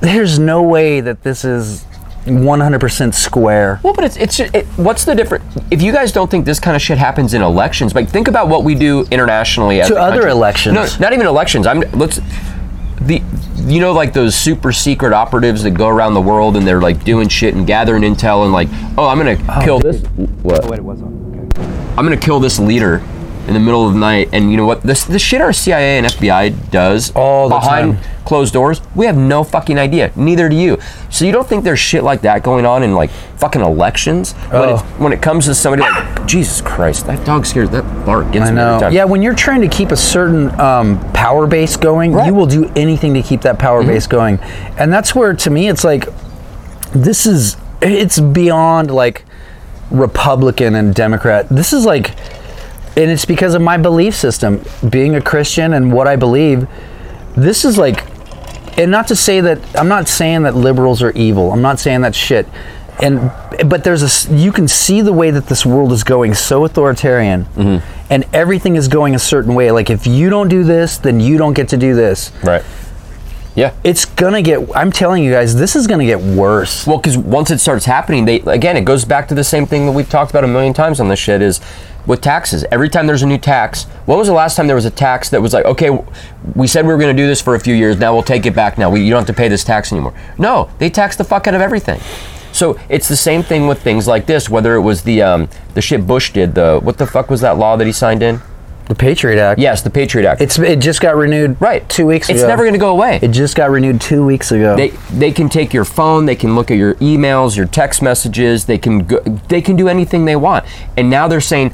There's no way that this is 100% square. Well, but it's it's it, what's the difference? If you guys don't think this kind of shit happens in elections, like think about what we do internationally as To a other country. elections. No, not even elections. I'm let's the you know like those super secret operatives that go around the world and they're like doing shit and gathering intel and like oh I'm gonna kill this what Oh, it was on. I'm gonna kill this leader in the middle of the night and you know what this the shit our CIA and FBI does All the behind time. closed doors we have no fucking idea neither do you so you don't think there's shit like that going on in like fucking elections when, Oh. it's, when it comes to somebody like Jesus Christ that dog scares that bark gets I me every know. time Yeah, when you're trying to keep a certain um, power base going, Right. Mm-hmm. you will do anything to keep that power base going, and that's where to me it's like, this is it's beyond like Republican and Democrat. This is like, and it's because of my belief system, being a Christian and what I believe. This is like, and not to say that I'm not saying that liberals are evil. I'm not saying that shit. And but there's a s- you can see the way that this world is going so authoritarian, Mm-hmm. and everything is going a certain way. Like if you don't do this, then you don't get to do this. right yeah It's gonna get. I'm telling you guys, this is gonna get worse. Well, because once it starts happening, they again it goes back to the same thing that we've talked about a million times on this shit is with taxes. Every time there's a new tax, when was the last time there was a tax that was like, okay, we said we were going to do this for a few years, now we'll take it back. Now we, you don't have to pay this tax anymore. No, they tax the fuck out of everything. So it's the same thing with things like this. Whether it was the um, the shit Bush did, the what the fuck was that law that he signed in? The Patriot Act. Yes, the Patriot Act. It's it just got renewed. right Two weeks It's ago. never going to go away. It just got renewed two weeks ago. They they can take your phone. They can look at your emails, your text messages. They can go, they can do anything they want. And now they're saying,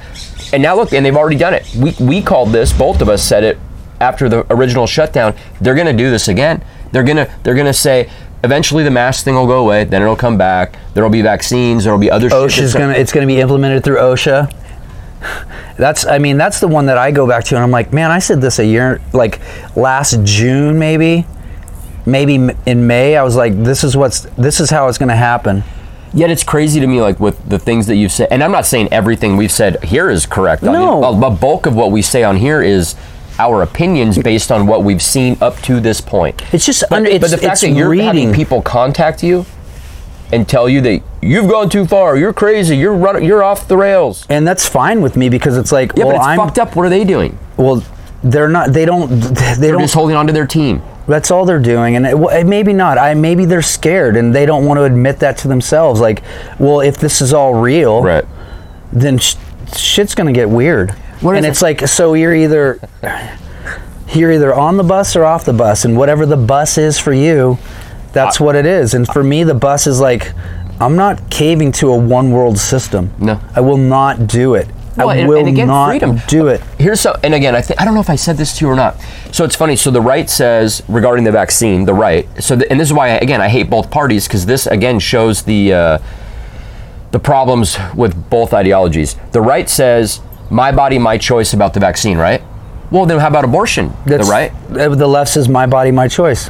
and now look, and they've already done it. We we called this. Both of us said it after the original shutdown. They're gonna do this again. They're gonna they're gonna say. Eventually, the mask thing will go away. Then it'll come back. There'll be vaccines. There'll be other. shit OSHA's that's gonna it's gonna be implemented through OSHA. [SIGHS] That's I mean that's the one that I go back to and I'm like man I said this a year like last June maybe maybe m- in May I was like this is what's this is how it's gonna happen Yet it's crazy to me, like with the things that you've said, and I'm not saying everything we've said here is correct. No. I mean, the bulk of what we say on here is our opinions based on what we've seen up to this point. it's just But, under it's, but the fact it's that you're having reading people contact you and tell you that you've gone too far, you're crazy, you're run, you're off the rails. and that's fine with me because it's like Yeah, well but it's I'm fucked up. What are they doing? well they're not they don't they They're don't just holding on to their team. That's all they're doing, and it, well, it- maybe not. I maybe they're scared and they don't want to admit that to themselves. Like, well, if this is all real, then sh- shit's gonna get weird. What and is it's like, so you're either you're either on the bus or off the bus, and whatever the bus is for you, that's what it is. And for me, the bus is like, I'm not caving to a one world system. No. I will not do it. Well, I and- will and again, not freedom. do it. here's so and again I, th- I don't know if i said this to you or not so it's funny so the right says regarding the vaccine the right so the, and this is why again i hate both parties because this again shows the uh, the problems with both ideologies the right says my body my choice about the vaccine right well then how about abortion the right uh, The left says, my body, my choice.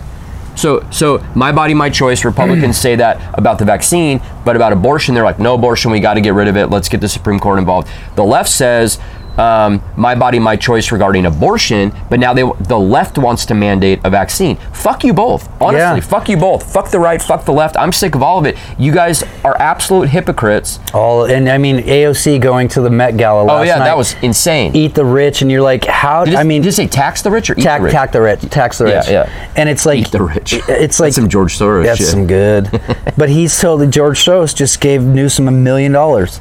so, so my body, my choice. Republicans say that about the vaccine, but about abortion, they're like, no abortion. We got to get rid of it. Let's get the Supreme Court involved. The left says um, my body, my choice regarding abortion, but now they the left wants to mandate a vaccine. Fuck you both. Honestly, Yeah. fuck you both. Fuck the right, fuck the left. I'm sick of all of it. You guys are absolute hypocrites. All and I mean AOC going to the Met Gala last oh yeah, night. that was insane. eat the rich, and you're like, how? Did it- I mean, did you say tax the rich or eat tax the rich? tax the rich, tax the Yeah, rich. yeah. And it's like Eat the rich. It's like some George Soros That's shit. some [LAUGHS] good. but he's totally George Soros just gave Newsom a million dollars,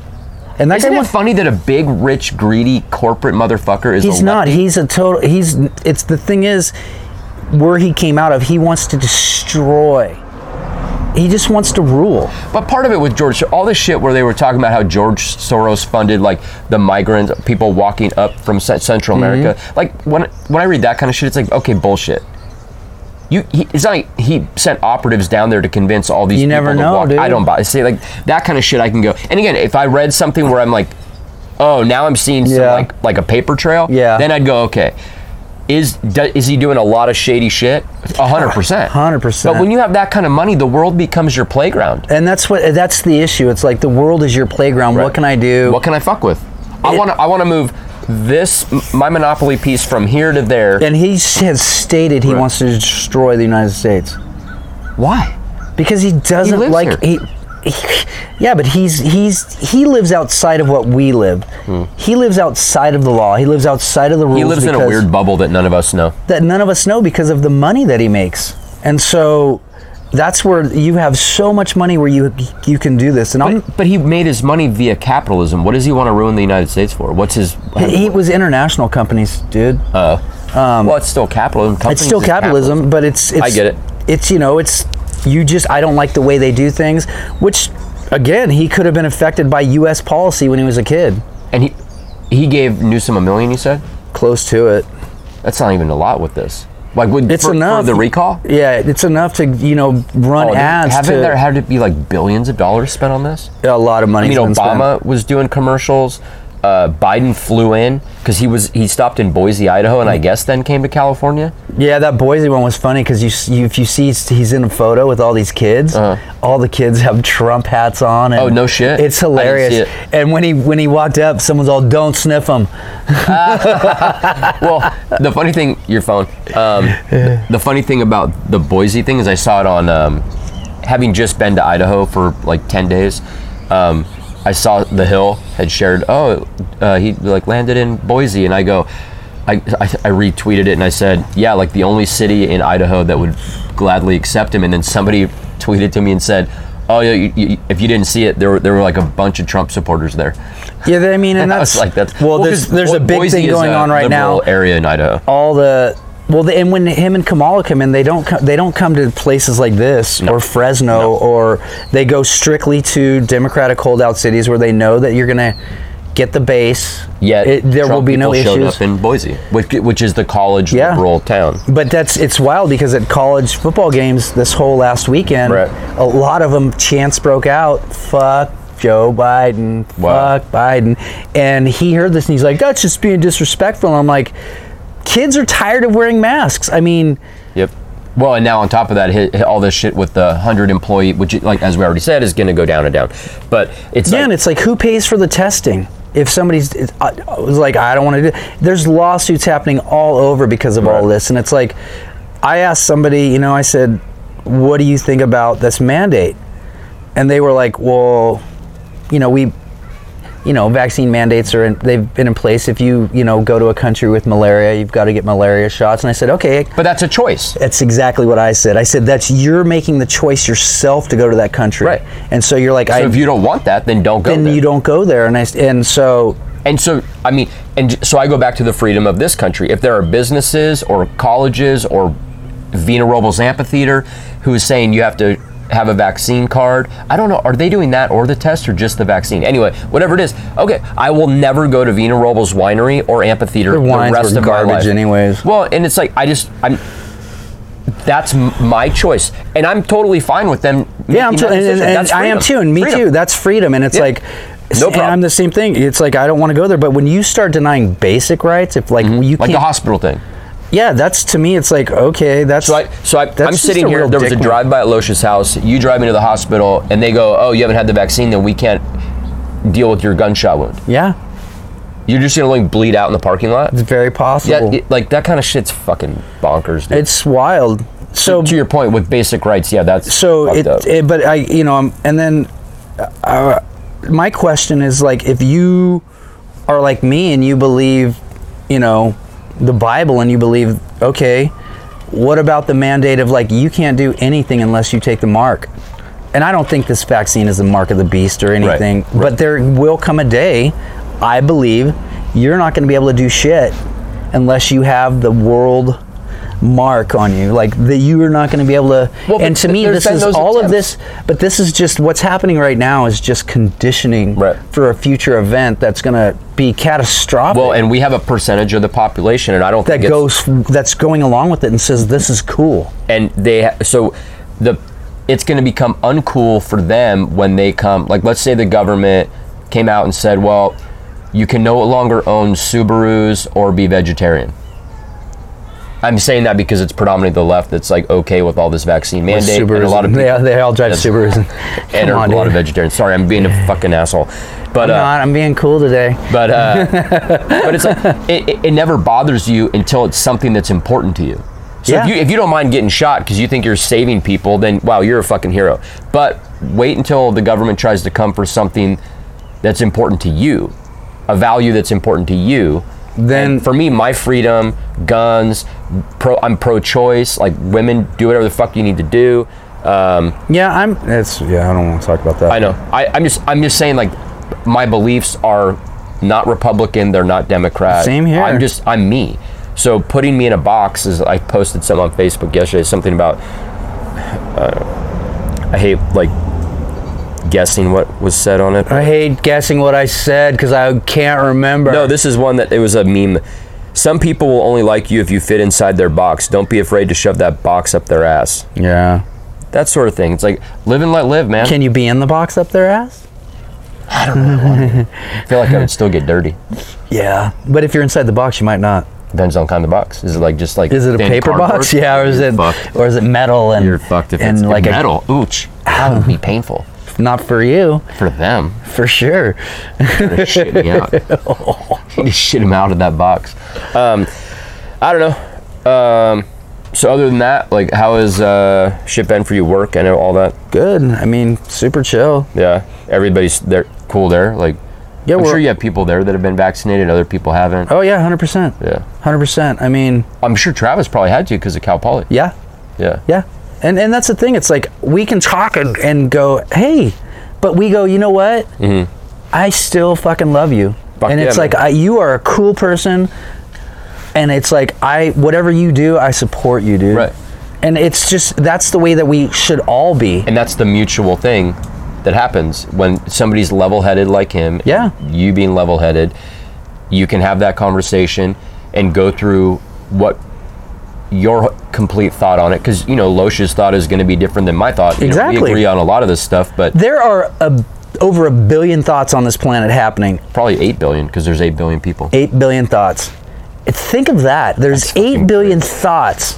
and that Isn't guy it wants. funny that a big, rich, greedy corporate motherfucker is? He's a not. lefty? He's a total. He's. It's the thing is, where he came out of, he wants to destroy. He just wants to rule. But part of it with George, all this shit where they were talking about how George Soros funded like the migrant people walking up from Ce- Central Mm-hmm. America. Like when when I read that kind of shit, it's like okay, bullshit. You, he, it's not like he sent operatives down there to convince all these You people never to know, walk. dude. I don't buy. See, like that kind of shit, I can go. And again, if I read something where I'm like, oh, now I'm seeing some, Yeah. like like a paper trail. Yeah. Then I'd go, okay, is do, is he doing a lot of shady shit? hundred percent. 100%. But when you have that kind of money, the world becomes your playground. And that's what. That's the issue. It's like the world is your playground. What Right. can I do? What can I fuck with? I It- want to. I want to move this m- my monopoly piece from here to there. and he has stated he Right. wants to destroy the United States Why? because he doesn't lives like he, he- Yeah, but he's he's he lives outside of what we live. He lives outside of the law. He lives outside of the rules. Hmm. He lives in a because- weird bubble that none of us know. that none of us know because of the money that he makes. And so that's where you have so much money where you you can do this. And I'm But, but he made his money via capitalism. What does he want to ruin the United States for? What's his? uh, he was international companies, dude. well, it's still capitalism. it's Companies still is capitalism, but it's, it's get it. It's you know, it's you just I don't like the way they do things, which again, he could have been affected by US policy when he was a kid. And he he gave Newsom a million. You said Close to it. that's not even a lot with this. Like with It's for, enough. for the recall. Yeah, it's enough to, you know, run Oh, ads haven't to there had to be like billions of dollars spent on this? a lot of money. I mean, Obama was doing commercials. Uh, Biden flew in because he was he stopped in Boise, Idaho, and I guess then came to California. Yeah, that Boise one was funny because you, s- you if you see s- he's in a photo with all these kids, all the kids have Trump hats on. And Uh-huh. Oh, no It's shit. I didn't see hilarious. it. And when he when he walked up, someone's all, "Don't sniff him." Well, the funny thing, your phone. Um, the, the funny thing about the Boise thing is I saw it on um, having just been to Idaho for like ten days. Um, I saw the Hill had shared. Oh, uh, he like landed in Boise, and I go. I, I, I retweeted it and I said, yeah, like the only city in Idaho that would gladly accept him. And then somebody tweeted to me and said, oh, yeah, you, you, if you didn't see it, there were, there were like a bunch of Trump supporters there. Yeah, I mean, and [LAUGHS] I that's was like, that's well, there's 'cause there's a Bo- big Boise thing is going a on right now. liberal Area in Idaho. All the well, the, and when him and Kamala come in, they don't come, they don't come to places like this or Fresno or they go strictly to Democratic holdout cities where they know that you're gonna get the base. Yet It- there Trump will be no people issues. showed up in Boise, which, which is the college Yeah. liberal town. But that's it's wild because at college football games this whole last weekend, Right. a lot of them chants broke out. Fuck Joe Biden. Wow. Fuck Biden. And he heard this and he's like, that's just being disrespectful. And I'm like, kids are tired of wearing masks. I mean, Yep. Well, and now on top of that, hit, all this shit with the hundred employee, which, like as we already said, is going to go down and down. But it's again, like, it's like who pays for the testing? If somebody's it- I I was like, I don't want to do. There's lawsuits happening all over because of all Right. this, and it's like, I asked somebody, you know, I said, what do you think about this mandate? And they were like, well, you know, we, you know, vaccine mandates are in, they've been in place. If you you know go to a country with malaria, you've got to get malaria shots. And I said, okay, but that's a choice. that's exactly what I said. I said that's you're making the choice yourself to go to that country, Right. And so you're like, I So if you don't want that, then don't go. then there. you don't go there. And I s- and so And so, I mean, and j- so I go back to the freedom of this country. If there are businesses or colleges or Vina Robles Amphitheater who is saying you have to have a vaccine card, I don't know, are they doing that or the test or just the vaccine? Anyway, whatever it is, okay, I will never go to Vina Robles Winery or Amphitheater Their wines the rest were of my garbage life. anyways. Well, and it's like, I just, I'm, that's m- my choice. And I'm totally fine with them. yeah, I'm t- making that and, and, decision. and That's I am freedom. too, and me Freedom. too. That's freedom, and it's Yeah. like. No and problem. I'm the same thing. It's like I don't want to go there, but when you start denying basic rights, if like you Mm-hmm. Like can't, the hospital thing. yeah, that's to me, it's like okay, that's So I, so I, I'm just sitting a here. real There was a dick move. drive by at Losh's house. You drive me to the hospital, and they go, "Oh, you haven't had the vaccine, then we can't deal with your gunshot wound." Yeah, You're just gonna like bleed out in the parking lot. It's very Yeah, possible. it- like that kind of shit's fucking bonkers. Dude. it's wild. So to your point with basic rights, yeah, that's so fucked it, up. it but i you know i and then uh, my question is like if you are like me and you believe you know the bible and you believe okay what about the mandate of like you can't do anything unless you take the mark and i don't think this vaccine is the mark of the beast or anything but there will come a day i believe you're not going to be able to do shit unless you have the world mark on you like that you are not going to be able to Well, and but to me there's this been is those all of attempts. this but this is just what's happening right now is just conditioning Right. for a future event that's going to be catastrophic well, and we have a percentage of the population, and I don't that think it's- goes that's going along with it and says this is cool and they ha- so the it's going to become uncool for them when they come like let's say the government came out and said well you can no longer own subarus or be vegetarian i'm saying that because it's predominantly the left that's like okay with all this vaccine mandate and a lot of Subarus. people they, they all drive Yeah. Subarus and, [LAUGHS] Come and a on, lot dude. of vegetarians sorry i'm being a fucking asshole but uh, God, I'm being cool today but uh, but it's like it, it, it never bothers you until it's something that's important to you. So Yeah. if you if you don't mind getting shot because you think you're saving people, then wow, you're a fucking hero. But wait until the government tries to come for something that's important to you, a value that's important to you. Then- And for me, my freedom, guns, pro, I'm pro-choice. Like women, do whatever the fuck you need to do. Um, yeah I'm it's yeah I don't want to talk about that I know. I, I'm just I'm just saying like my beliefs are not Republican, they're not Democrat. Same here. I'm just I'm me. So putting me in a box is I posted something on Facebook yesterday, something about uh, I hate like guessing what was said on it. I hate guessing what I said because I can't remember No, this is one that it was a meme. Some people will only like you if you fit inside their box. Don't be afraid to shove that box up their ass. yeah That sort of thing. It's like live and let live, man. can you be in the box up their ass I feel like I would still get dirty. yeah but if you're inside the box you might not Depends on kind of box. Is it like just like Is it a thin paper cardboard? box? [LAUGHS] Yeah, or is You're it fucked. or is it metal and You're fucked if and it's like like a- metal. Ouch, that would be painful not for you, for them. for sure. Gonna shit [LAUGHS] me out. You just shit him out of that box. Um, I don't know. Um, so other than that, like, how is uh, shit been for you? Work? I know all that. Good. I mean, super chill. Yeah, everybody's there. Cool there. Like, Yeah, I'm we're- sure you have people there that have been vaccinated. Other people haven't. Oh yeah, hundred percent. Yeah, Hundred percent. I mean, I'm sure Travis probably had to because of Cal Poly. yeah, Yeah. yeah. And and that's the thing. It's like we can talk and, and go, hey, but we go, you know what? I still fucking love you. Mm-hmm. Fuck and yeah, it's man. like I, you are a cool person. And it's like I whatever you do, I support you, dude. Right. And it's just that's the way that we should all be. and that's the mutual thing that happens when somebody's level-headed like him Yeah. and you being level-headed you can have that conversation and go through what your complete thought on it because you know losh's thought is going to be different than my thought You know, Exactly. we agree on a lot of this stuff but There are a, over a billion thoughts on this planet happening. probably 8 billion because there's 8 billion people Eight billion thoughts. Think of that. There's That's fucking eight billion thoughts.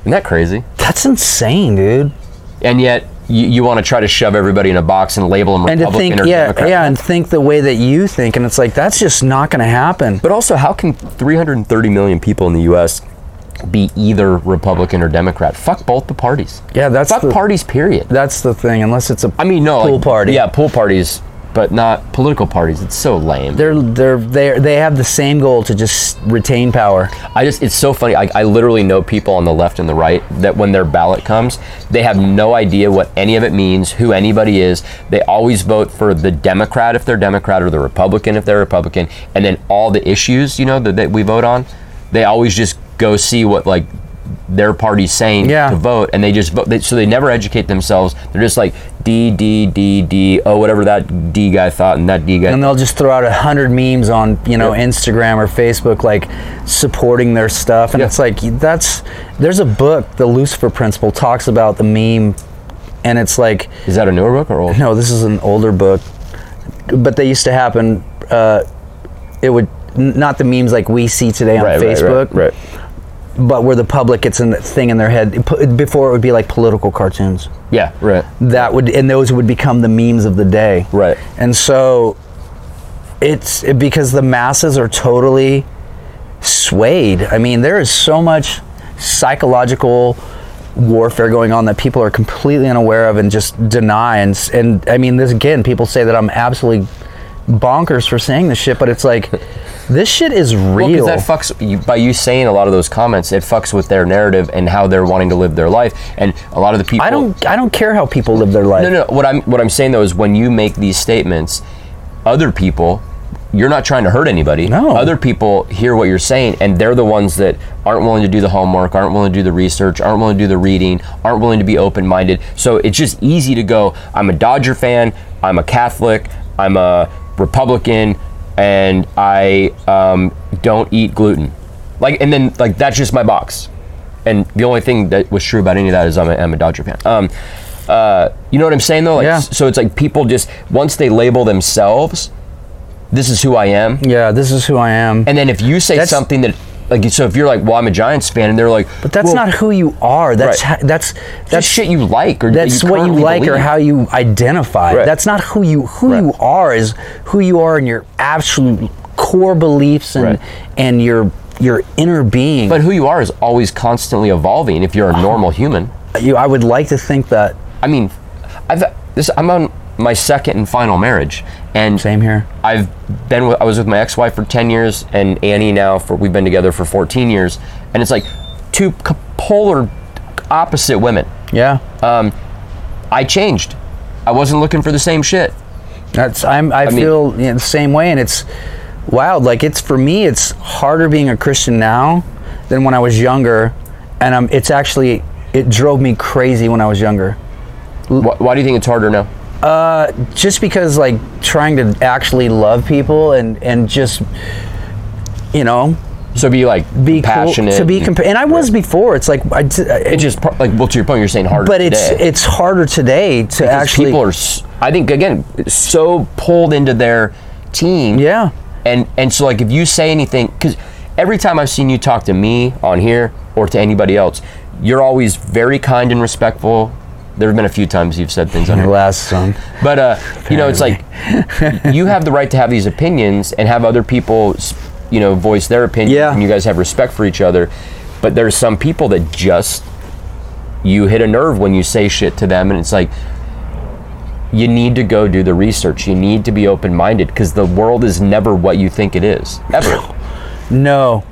isn't that crazy That's insane, dude. and yet you, you want to try to shove everybody in a box and label them And to republican think, or yeah, democrat yeah, and think the way that you think, and it's like that's just not going to happen. But also, how can 330 million people in the U.S. be either Republican or Democrat? Fuck both the parties. Yeah, that's Fuck the- parties. Period. That's the thing. Unless it's a I mean, no pool like, party. Yeah, pool parties, but not political parties. It's so lame. they're they're they they have the same goal to just retain power. I just, it's so funny. I, I literally know people on the left and the right that when their ballot comes, they have no idea what any of it means, who anybody is. They always vote for the Democrat if they're Democrat or the Republican if they're Republican. And then all the issues, you know, that, that we vote on, they always just go see what, like, their party's saying Yeah. to vote, and they just vote. They, so they never educate themselves. They're just like D, D, D, D, oh, whatever that D guy thought and that D guy. And they'll just throw out a hundred memes on you know Instagram or Facebook, like supporting their stuff. And Yeah. it's like that's there's a book, the Lucifer Principle, talks about the meme, and it's like is that a newer book [LAUGHS] or old? no, this is an older book, but they used to happen. Uh, it would n- not the memes like we see today on Facebook, right. but where the public gets a thing in their head. It pu- Before it would be like political cartoons Yeah, right. that would and those would become the memes of the day Right. and so it's because the masses are totally swayed. I mean, there is so much psychological warfare going on that people are completely unaware of and just deny. And s- and I mean, this again, people say that I'm absolutely bonkers for saying this shit, but it's [LAUGHS] like this shit is real. Because that fucks you, by you saying a lot of those comments, it fucks with their narrative and how they're wanting to live their life. And a lot of the people I don't I don't care how people live their life. No, no. What I'm what I'm saying though is when you make these statements, other people, you're not trying to hurt anybody. No. Other people hear what you're saying, and they're the ones that aren't willing to do the homework, aren't willing to do the research, aren't willing to do the reading, aren't willing to be open minded. So it's just easy to go. I'm a Dodger fan. I'm a Catholic. I'm a Republican, and I um, don't eat gluten. Like, and then like that's just my box. And the only thing that was true about any of that is I'm a, I'm a Dodger fan. Um, uh, you know what I'm saying though? Like, Yeah. So it's like people just once they label themselves, this is who I am. Yeah, this is who I am. And then if you say That's- something that like so if you're like, well, I'm a Giants fan, and they're like, but that's well, not who you are. That's Right. ho- that's that's that's shit you like or that that's what you currently like or believe. how you identify. Right. That's not who you who Right. you are is who you are and your absolute core beliefs and Right. and your your inner being. But who you are is always constantly evolving. If you're a normal human, you, I would like to think that I mean, I've this I'm on my second and final marriage, and same here. I've been with, I was with my ex-wife for 10 years and Annie now for we've been together for 14 years and it's like two co- polar opposite women. Yeah. I changed. I wasn't looking for the same shit. That's I'm I, mean- feel you know, the same way, and it's wild. Like it's for me, it's harder being a Christian now than when I was younger, and um, it's actually it drove me crazy when I was younger. Why, why do you think it's harder now? just because like trying to actually love people and and just you know So be like be be cool- passionate to be compa- and I was before it's like I, d- I- It just pro- like well to your point you're saying harder. but it's today. it's harder today to Because actually people are s- I think again so pulled into their team. yeah And and so like if you say anything, because every time I've seen you talk to me on here or to anybody else, you're always very kind and respectful. There have been a few times you've said things on your [LAUGHS] here, last son but uh, you know it's like you have the right to have these opinions and have other people, s- you know, voice their opinion. Yeah. And you guys have respect for each other, but there's some people that just you hit a nerve when you say shit to them, and it's like you need to go do the research. You need to be open minded because the world is never what you think it is. Ever. no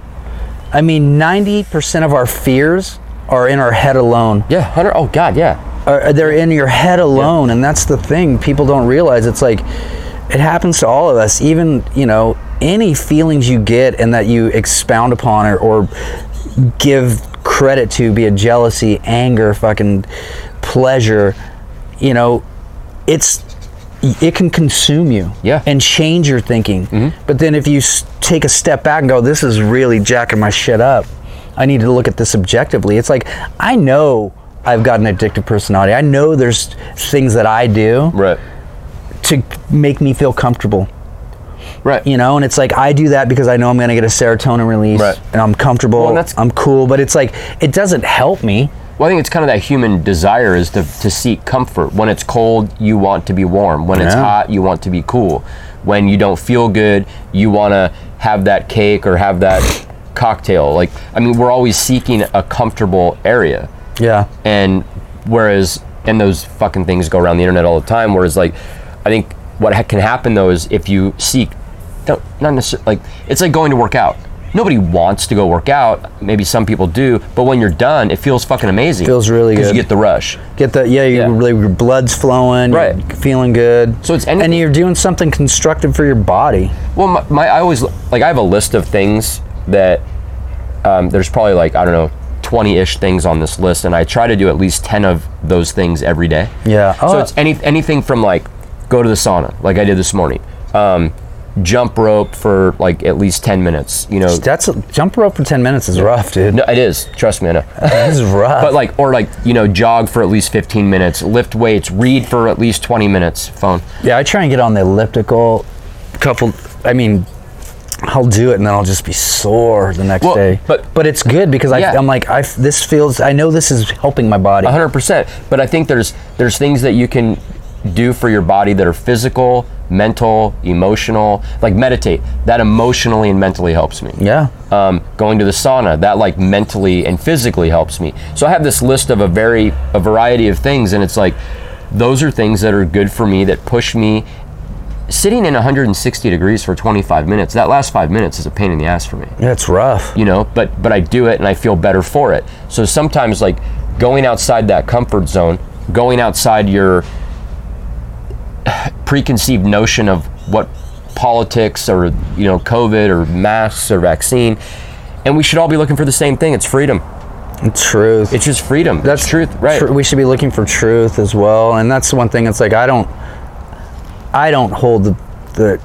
I mean ninety percent of our fears are in our head alone [COUGHS] yeah, Hunter. Oh, God, yeah. are, they're in your head alone and that's the thing people don't realize it's like it happens to all of us even you know any feelings you get and that you expound upon or, or give credit to be it jealousy anger fucking pleasure you know it's it can consume you Yeah. and change your thinking Mm-hmm. but then if you s- take a step back and go this is really jacking my shit up i need to look at this objectively it's like i know i've got an addictive personality i know there's things that i do Right. to make me feel comfortable Right. you know and it's like i do that because i know i'm going to get a serotonin release Right. and i'm comfortable Well, and that's- i'm cool but it's like it doesn't help me Well, I think it's kind of that human desire is to, to seek comfort. When it's cold, you want to be warm. When it's Yeah. hot, you want to be cool. When you don't feel good, you want to have that cake or have that cocktail. Like, I mean, we're always seeking a comfortable area. yeah And whereas, and those fucking things go around the internet all the time. Whereas, like, I think what ha- can happen though is if you seek, don't, not necessarily, like, it's like going to work out. Nobody wants to go work out. Maybe some people do, but when you're done, it feels fucking amazing. Feels really 'Cause good. you get the rush. Get the yeah, you're Yeah. really your blood's flowing, Right. you're feeling good. So it's and anything- you're doing something constructive for your body. Well, my, my I always like I have a list of things that um, there's probably like I don't know. 20-ish things on this list and I try to do at least 10 of those things every day. Yeah. Oh. so it's any anything from like go to the sauna like I did this morning. Um, jump rope for like at least 10 minutes, you know. That's a, jump rope for ten minutes is rough, dude. No, it is. Trust me, [LAUGHS] I know. That is rough. But like, or like, you know, jog for at least 15 minutes, lift weights, read for at least 20 minutes. Phone. yeah, I try and get on the elliptical. Couple, I mean, I'll do it and then I'll just be sore the next Well, day. but- but it's good because I, Yeah. Uh-huh. I'm like I f- this feels I know this is helping my body. hundred percent. But I think there's there's things that you can do for your body that are physical, mental, emotional. Like meditate. That emotionally and mentally helps me Yeah. um, going to the sauna that like mentally and physically helps me so i have this list of a very a variety of things and it's like those are things that are good for me that push me sitting in 160 degrees for 25 minutes that last five minutes is a pain in the ass for me Yeah, it's rough. you know but but i do it and i feel better for it so sometimes like going outside that comfort zone going outside your [SIGHS] preconceived notion of what politics or you know covid or masks or vaccine and we should all be looking for the same thing it's freedom Truth. it's just freedom that's truth right Tru- we should be looking for truth as well, and that's the one thing. It's like I don't, I don't hold the, the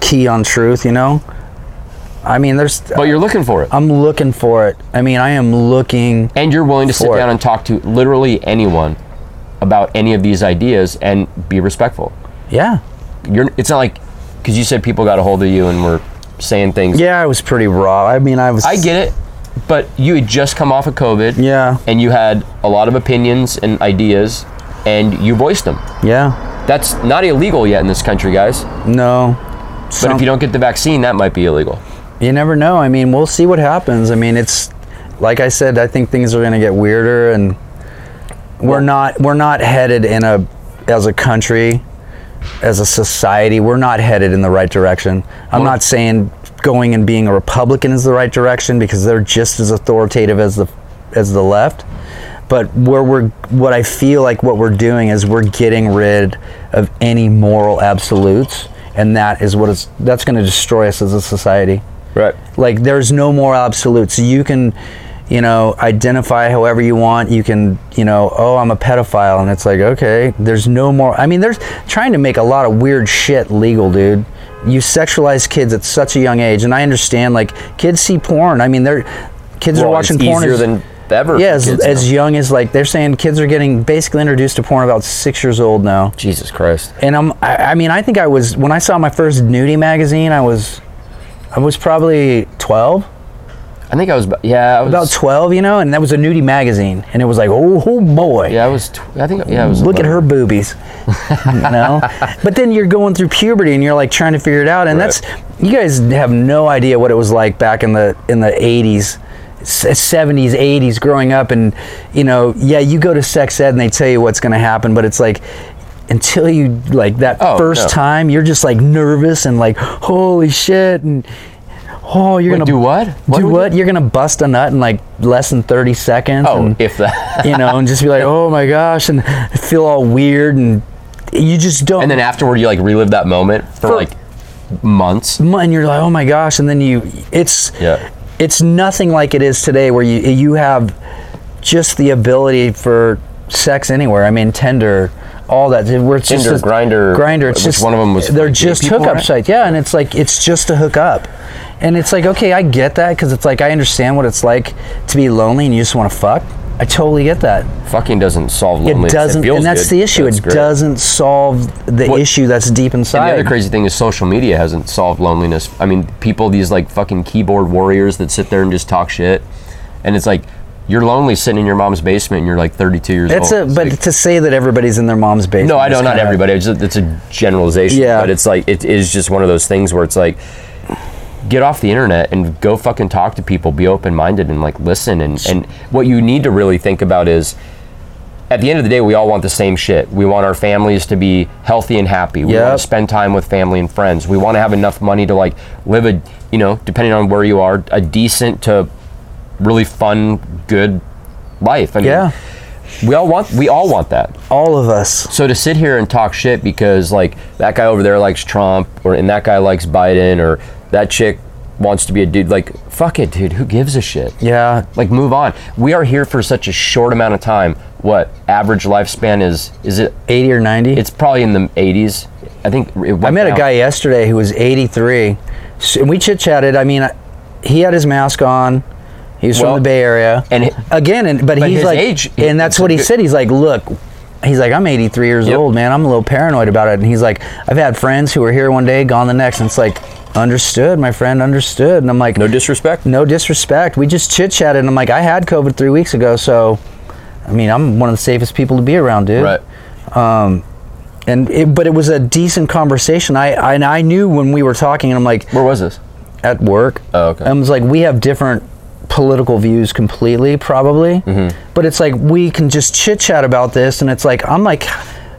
key on truth. You know, I mean, there's. but you're looking for it I'm looking for it. I mean, I am looking. and you're willing to sit For it. down and talk to literally anyone about any of these ideas and be respectful Yeah. you're it's not like because you said people got a hold of you and were saying things Yeah, I was pretty raw. I mean, I was. I get it, but you had just come off of COVID. Yeah. And you had a lot of opinions and ideas, and you voiced them. Yeah. That's not illegal yet in this country, guys. No. But if you don't get the vaccine, that might be illegal. you never know. I mean, we'll see what happens. I mean, it's like I said. I think things are going to get weirder, and we're not we're not headed in a as a country, as a society. We're not headed in the right direction. I'm not saying going and being a Republican is the right direction because they're just as authoritative as the as the left. But where we're what I feel like what we're doing is we're getting rid of any moral absolutes, and that is what is that's going to destroy us as a society. Right. Like there's no more absolutes. You can, you know, identify however you want. You can, you know, oh, I'm a pedophile, and it's like, okay, there's no more. I mean, there's trying to make a lot of weird shit legal, dude. You sexualize kids at such a young age, and I understand. Like kids see porn. I mean, they're kids are watching it's porn easier as- than ever. yeah, for as, kids as now. young as like they're saying, kids are getting basically introduced to porn about six years old now. Jesus Christ. And I'm, I, I mean, I think I was when I saw my first nudie magazine, I was, I was probably twelve. I think I was about, yeah. I was, about 12, you know, and that was a nudie magazine. And it was like, oh, oh boy. Yeah, I was. Tw- I think yeah, I was. Look at her 11. boobies, [LAUGHS] you know. But then you're going through puberty and you're like trying to figure it out, and Right. that's you guys have no idea what it was like back in the in the 80s, s- 70s, 80s, growing up, and you know, yeah, you go to sex ed and they tell you what's going to happen, but it's like until you like that Oh, first no. time, you're just like nervous and like holy shit, and oh, you're Wait, gonna do what? What do would what? you- You're gonna bust a nut in like less than 30 seconds. Oh, and- if that. [LAUGHS] you know, and just be like, oh my gosh, and feel all weird, and you just don't. and then afterward, you like relive that moment for, For- like months. and you're like, oh my gosh, and then you, it's, Yeah. it's nothing like it is today, where you you have just the ability for sex anywhere. I mean, Tinder, all that. Where it's Tinder, just a- Grindr, Grinder. It's which just one of 'em was for They're gay just people, hookup right? sites, yeah, and it's like it's just to hook up. And it's like, okay, I get that because it's like I understand what it's like to be lonely and you just want to fuck. I totally get that. Fucking doesn't solve It loneliness. doesn't, feels and that's good. the issue. That's it great. doesn't solve the What- issue that's deep And inside. the other crazy thing is social media hasn't solved loneliness. I mean, people these like fucking keyboard warriors that sit there and just talk shit, and it's like you're lonely sitting in your mom's basement and you're like 32 years That's old. a, It's but like- to say that everybody's in their mom's basement. Oh, no, I know is not kinda- everybody. It's, just, it's a generalization. Yeah. but it's like it is just one of those things where it's like get off the internet and go fucking talk to people. Be open minded and like listen and and what you need to really think about is at the end of the day, we all want the same shit. We want our families to be healthy and happy. We Yep. want to spend time with family and friends. We want to have enough money to like live a, you know, depending on where you are, a decent to really fun, good life. I mean, Yeah. we all want we all want that. All of us. So to sit here and talk shit because like that guy over there likes Trump or and that guy likes Biden or that chick wants to be a dude, like fuck it, dude. Who gives a shit? Yeah. like move on we are here for such a short amount of time what average lifespan is is it 80 or 90. it's probably in the 80s i think it I went met a down. guy yesterday who was 83, s- and we chit chatted. I mean, I- he had his mask on. He was Well, from the Bay Area, and it- again, and, but, but he's his like, age, and that's it's what a he good- said. He's like, look, he's like, I'm 83 years Yep. old, man. I'm a little paranoid about it. And he's like, I've had friends who were here one day, gone the next, and it's like, understood, my friend, understood. And I'm like, no disrespect no disrespect. We just chit chatted, and I'm like, I had COVID three weeks ago, so I mean, I'm one of the safest people to be around, dude. right Um, and it, but it was a decent conversation. I, I and I knew when we were talking, and I'm like, Where was this? at work. Oh, okay. And was like, we have different political views completely, probably. Mm-hmm. But it's like, we can just chit chat about this. And it's like, I'm like,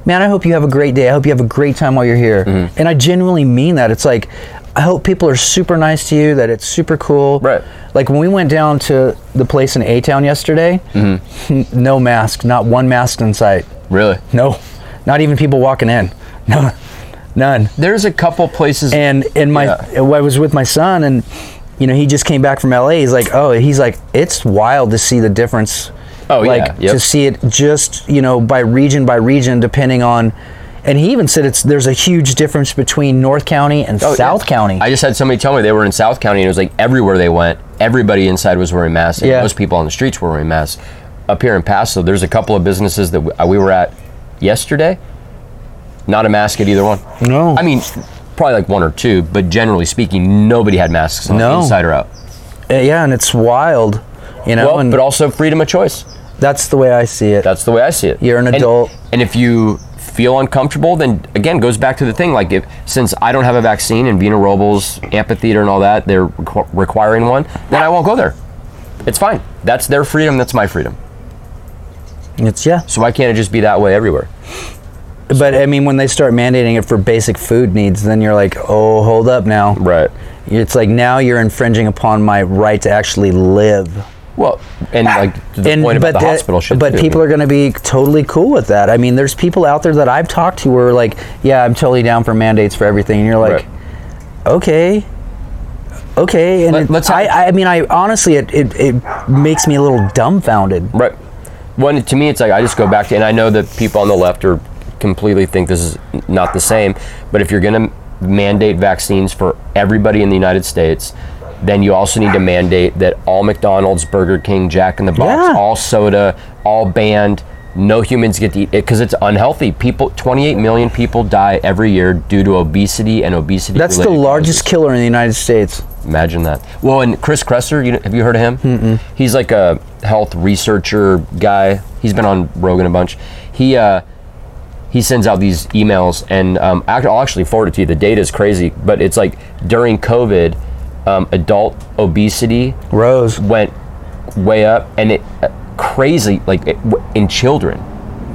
man, I hope you have a great day. I hope you have a great time while you're here. Mm-hmm. And I genuinely mean that. It's like, I hope people are super nice to you, that it's super cool. Right. Like when we went down to the place in A Town yesterday, Mm-hmm. [LAUGHS] no mask, not one mask in sight. Really? No, not even people walking in. [LAUGHS] No, none There's a couple places. and and my Yeah. I was with my son and you know he just came back from LA he's like oh he's like it's wild to see the difference Oh, yeah. like Yep. to see it just you know by region by region depending on and he even said it's there's a huge difference between North County and Oh, yeah. South County I just had somebody tell me they were in South County, and it was like everywhere they went, everybody inside was wearing masks. And Yeah. Most people on the streets were wearing masks. Up here in Paso, there's a couple of businesses that we, uh, we were at yesterday. Not a mask at either one. no I mean, probably like one or two, but generally speaking, nobody had masks on No. inside or out. Uh, yeah and it's wild you know Well, and but also freedom of choice. that's the way I see it That's the way I see it. You're an And- adult. and if you feel uncomfortable, then again goes back to the thing. Like if since I don't have a vaccine and Vina Robles amphitheater and all that, they're requ- requiring one, then I won't go there. It's fine. That's their freedom. That's my freedom. it's yeah So why can't it just be that way everywhere? but I mean when they start mandating it for basic food needs then you're like oh hold up now Right. it's like now you're infringing upon my right to actually live Well, and like to the And- point about the, that- hospital shit. But people are going to be totally cool with that. I mean, there's people out there that I've talked to who are like, "Yeah, I'm totally down for mandates for everything," and you're like, Right. "Okay." Okay, and Let- it- let's have- I, I, I mean, I honestly, it, it, it makes me a little dumbfounded. Right. When to me, it's like I just go back to, and I know that people on the left are completely think this is not the same. But if you're going to mandate vaccines for everybody in the United States, then you also need to mandate that all McDonald's, Burger King, Jack in the Box, Yeah. all soda, all banned. No humans get to eat it because it's unhealthy. People, 28 million people die every year due to obesity and obesity. That's the largest killer in the United States. Imagine that. Well, and Chris Kresser, you, have you heard of him? Mm-mm. He's like a health researcher guy. He's been on Rogan a bunch. He uh, he sends out these emails, and um, act- I'll actually forward it to you. The data is crazy, but it's like during COVID, um, adult obesity Rose, went way up, and it uh, crazy like it, w- in children,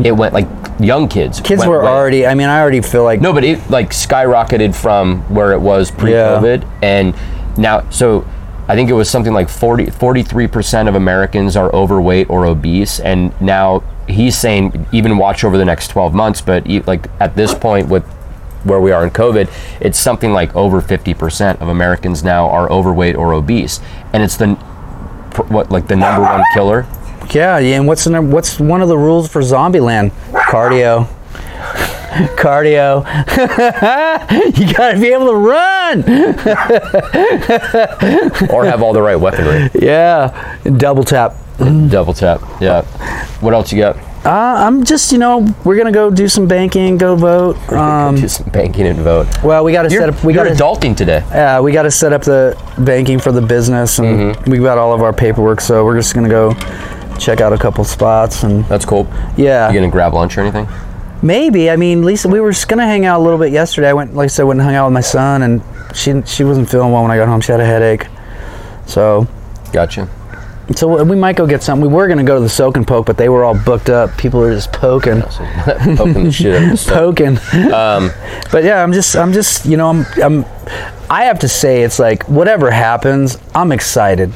it went like young kids. kids went were way up. already. I mean, I already feel like No, but it like skyrocketed from where it was pre-COVID, and now so I think it was something like 40, 43 percent of Americans are overweight or obese, and now he's saying even watch over the next twelve months. But e- like at this point with where we are in COVID, it's something like over fifty percent of Americans now are overweight or obese, and it's the pr- what like the number one killer. yeah. yeah, And what's the, num- what's one of the rules for Zombieland? Cardio, [LAUGHS] cardio. [LAUGHS] you gotta be able to run. [LAUGHS] or have all the right weaponry. Yeah, double tap. Double tap. Yeah. What else you got? Uh, I'm just, you know, we're gonna go do some banking, go vote. Um, Do some banking and vote. well, we gotta You're, set up. We you're gotta. adulting today. Yeah, we gotta set up the banking for the business, and Mm-hmm. we got all of our paperwork. So we're just gonna go check out a couple spots, and That's cool. yeah, You gonna grab lunch or anything? maybe. I mean, Lisa, we were just gonna hang out a little bit yesterday. I went, like I said, went and hung out with my son, and she she wasn't feeling well when I got home. She had a headache, so Gotcha. so we might go get something. We were gonna go to the soak and poke, but they were all booked up. People are just poking. So, [LAUGHS] poking the shit out of [LAUGHS] this. poking. [LAUGHS] but yeah, I'm just, I'm just, you know, I'm, I'm, I have to say, it's like whatever happens, I'm excited.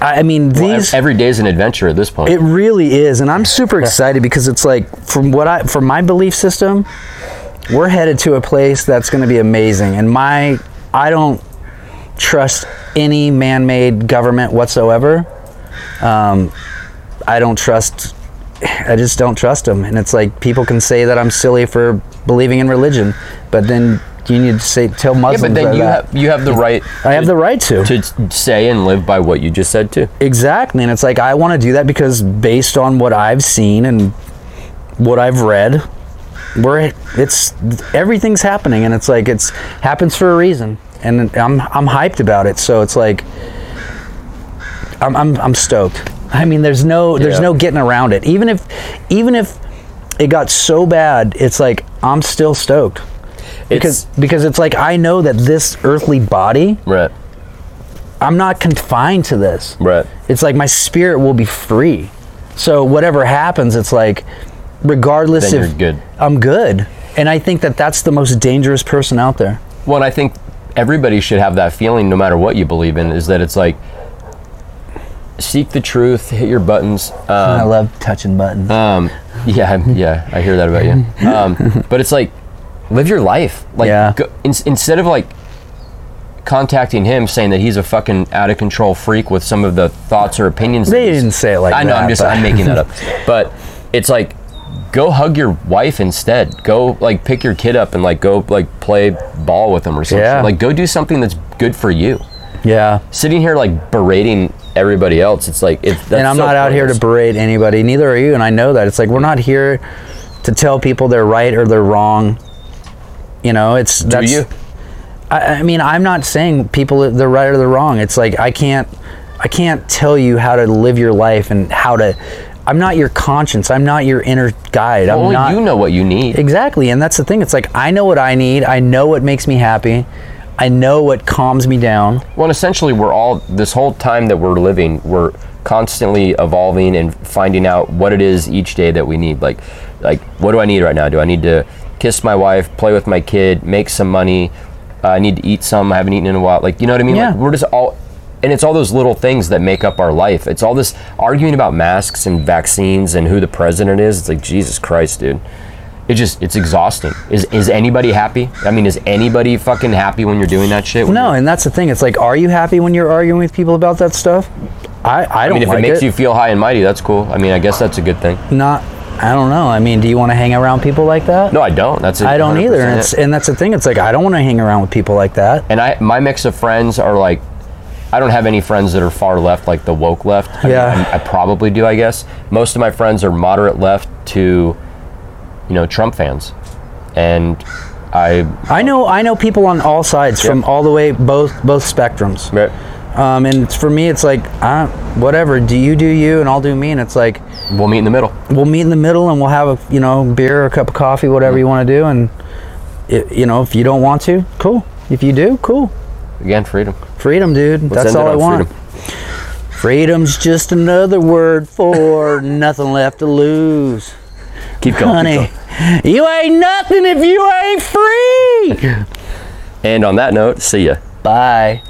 I, I mean, Well, ev- these, Every day's an adventure at this point. it really is, and I'm super excited because it's like from what I, from my belief system, we're headed to a place that's going to be amazing. And my, I don't trust any man-made government whatsoever. Um, I don't trust. I just don't trust them, and it's like people can say that I'm silly for believing in religion, but then you need to say tell yeah, Muslims but then that you that. have you have the right. I have to- the right to. to s- say and live by what you just said too. Exactly, and it's like I want to do that because based on what I've seen and what I've read, we're it's everything's happening, and it's like it's happens for a reason, and I'm I'm hyped about it. So it's like I'm I'm, I'm stoked. I mean, there's no there's Yeah. no getting around it. Even if even if it got so bad. It's like I'm still stoked because It's- because it's like I know that this earthly body, Right. I'm not confined to this. Right. It's like my spirit will be free. So whatever happens, it's like regardless Then if you're good. I'm good. And I think that that's the most dangerous person out there. Well, and I think everybody should have that feeling, no matter what you believe in, is that it's like seek the truth, hit your buttons. Um, I love touching buttons. Um, yeah, I'm- yeah, I hear that about you. Um, but it's like, live your life. Like, Yeah. go, in, instead of like contacting him saying that he's a fucking out of control freak with some of the thoughts or opinions. They that he's- didn't say it like I know. that, I'm just but- I'm [LAUGHS] making that up. But it's like, go hug your wife instead. Go like pick your kid up and like go like play ball with him or something. Yeah. Like go do something that's good for you. yeah. Sitting here like berating everybody else, it's like it, that's and I'm so not out here to pointless. berate anybody. Neither are you, and I know that. It's like we're not here to tell people they're right or they're wrong. You know, it's Do that's. you? I, I mean, I'm not saying people they're right or they're wrong. It's like I can't, I can't tell you how to live your life and how to. I'm not your conscience. I'm not your inner guide. I'm Only not. Oh, you know what you need. Exactly, and that's the thing. It's like I know what I need. I know what makes me happy. I know what calms me down. Well, and essentially, we're all this whole time that we're living, we're constantly evolving and finding out what it is each day that we need. Like, like what do I need right now? Do I need to kiss my wife, play with my kid, make some money? Uh, I need to eat some. I haven't eaten in a while. Like, you know what I mean? Yeah. Like, we're just all, and it's all those little things that make up our life. It's all this arguing about masks and vaccines and who the president is. It's like Jesus Christ, dude. It just it's exhausting. Is is anybody happy? I mean, is anybody fucking happy when you're doing that shit? When No, you're- and that's the thing. It's like, are you happy when you're arguing with people about that stuff? I, I I don't mean, if like it makes you feel high and mighty, that's cool. I mean, I guess that's a good thing. Not, I don't know. I mean, do you want to hang around people like that? No, I don't. That's I don't either. 100% And, it. it's, and that's the thing. It's like I don't want to hang around with people like that. and I my mix of friends are like, I don't have any friends that are far left, like the woke left. I mean, Yeah. I'm- I, probably do. I guess most of my friends are moderate left to, you know, Trump fans, and I. I know, I know people on all sides, from Yep. all the way both both spectrums. Um, and it's, for me, it's like, I, whatever. Do you do you, and I'll do me. And it's like We'll meet in the middle. we'll meet in the middle, and we'll have a you know beer or a cup of coffee, whatever you want to do. And it, you know, if you don't want to, cool. If you do, cool. Again, freedom. Freedom, dude. Let's That's end it all I on want. freedom. Freedom's just another word [LAUGHS] for nothing left to lose. Keep going. keep Honey, going. you ain't [LAUGHS] nothing if you ain't free. And on that note, see ya. Bye.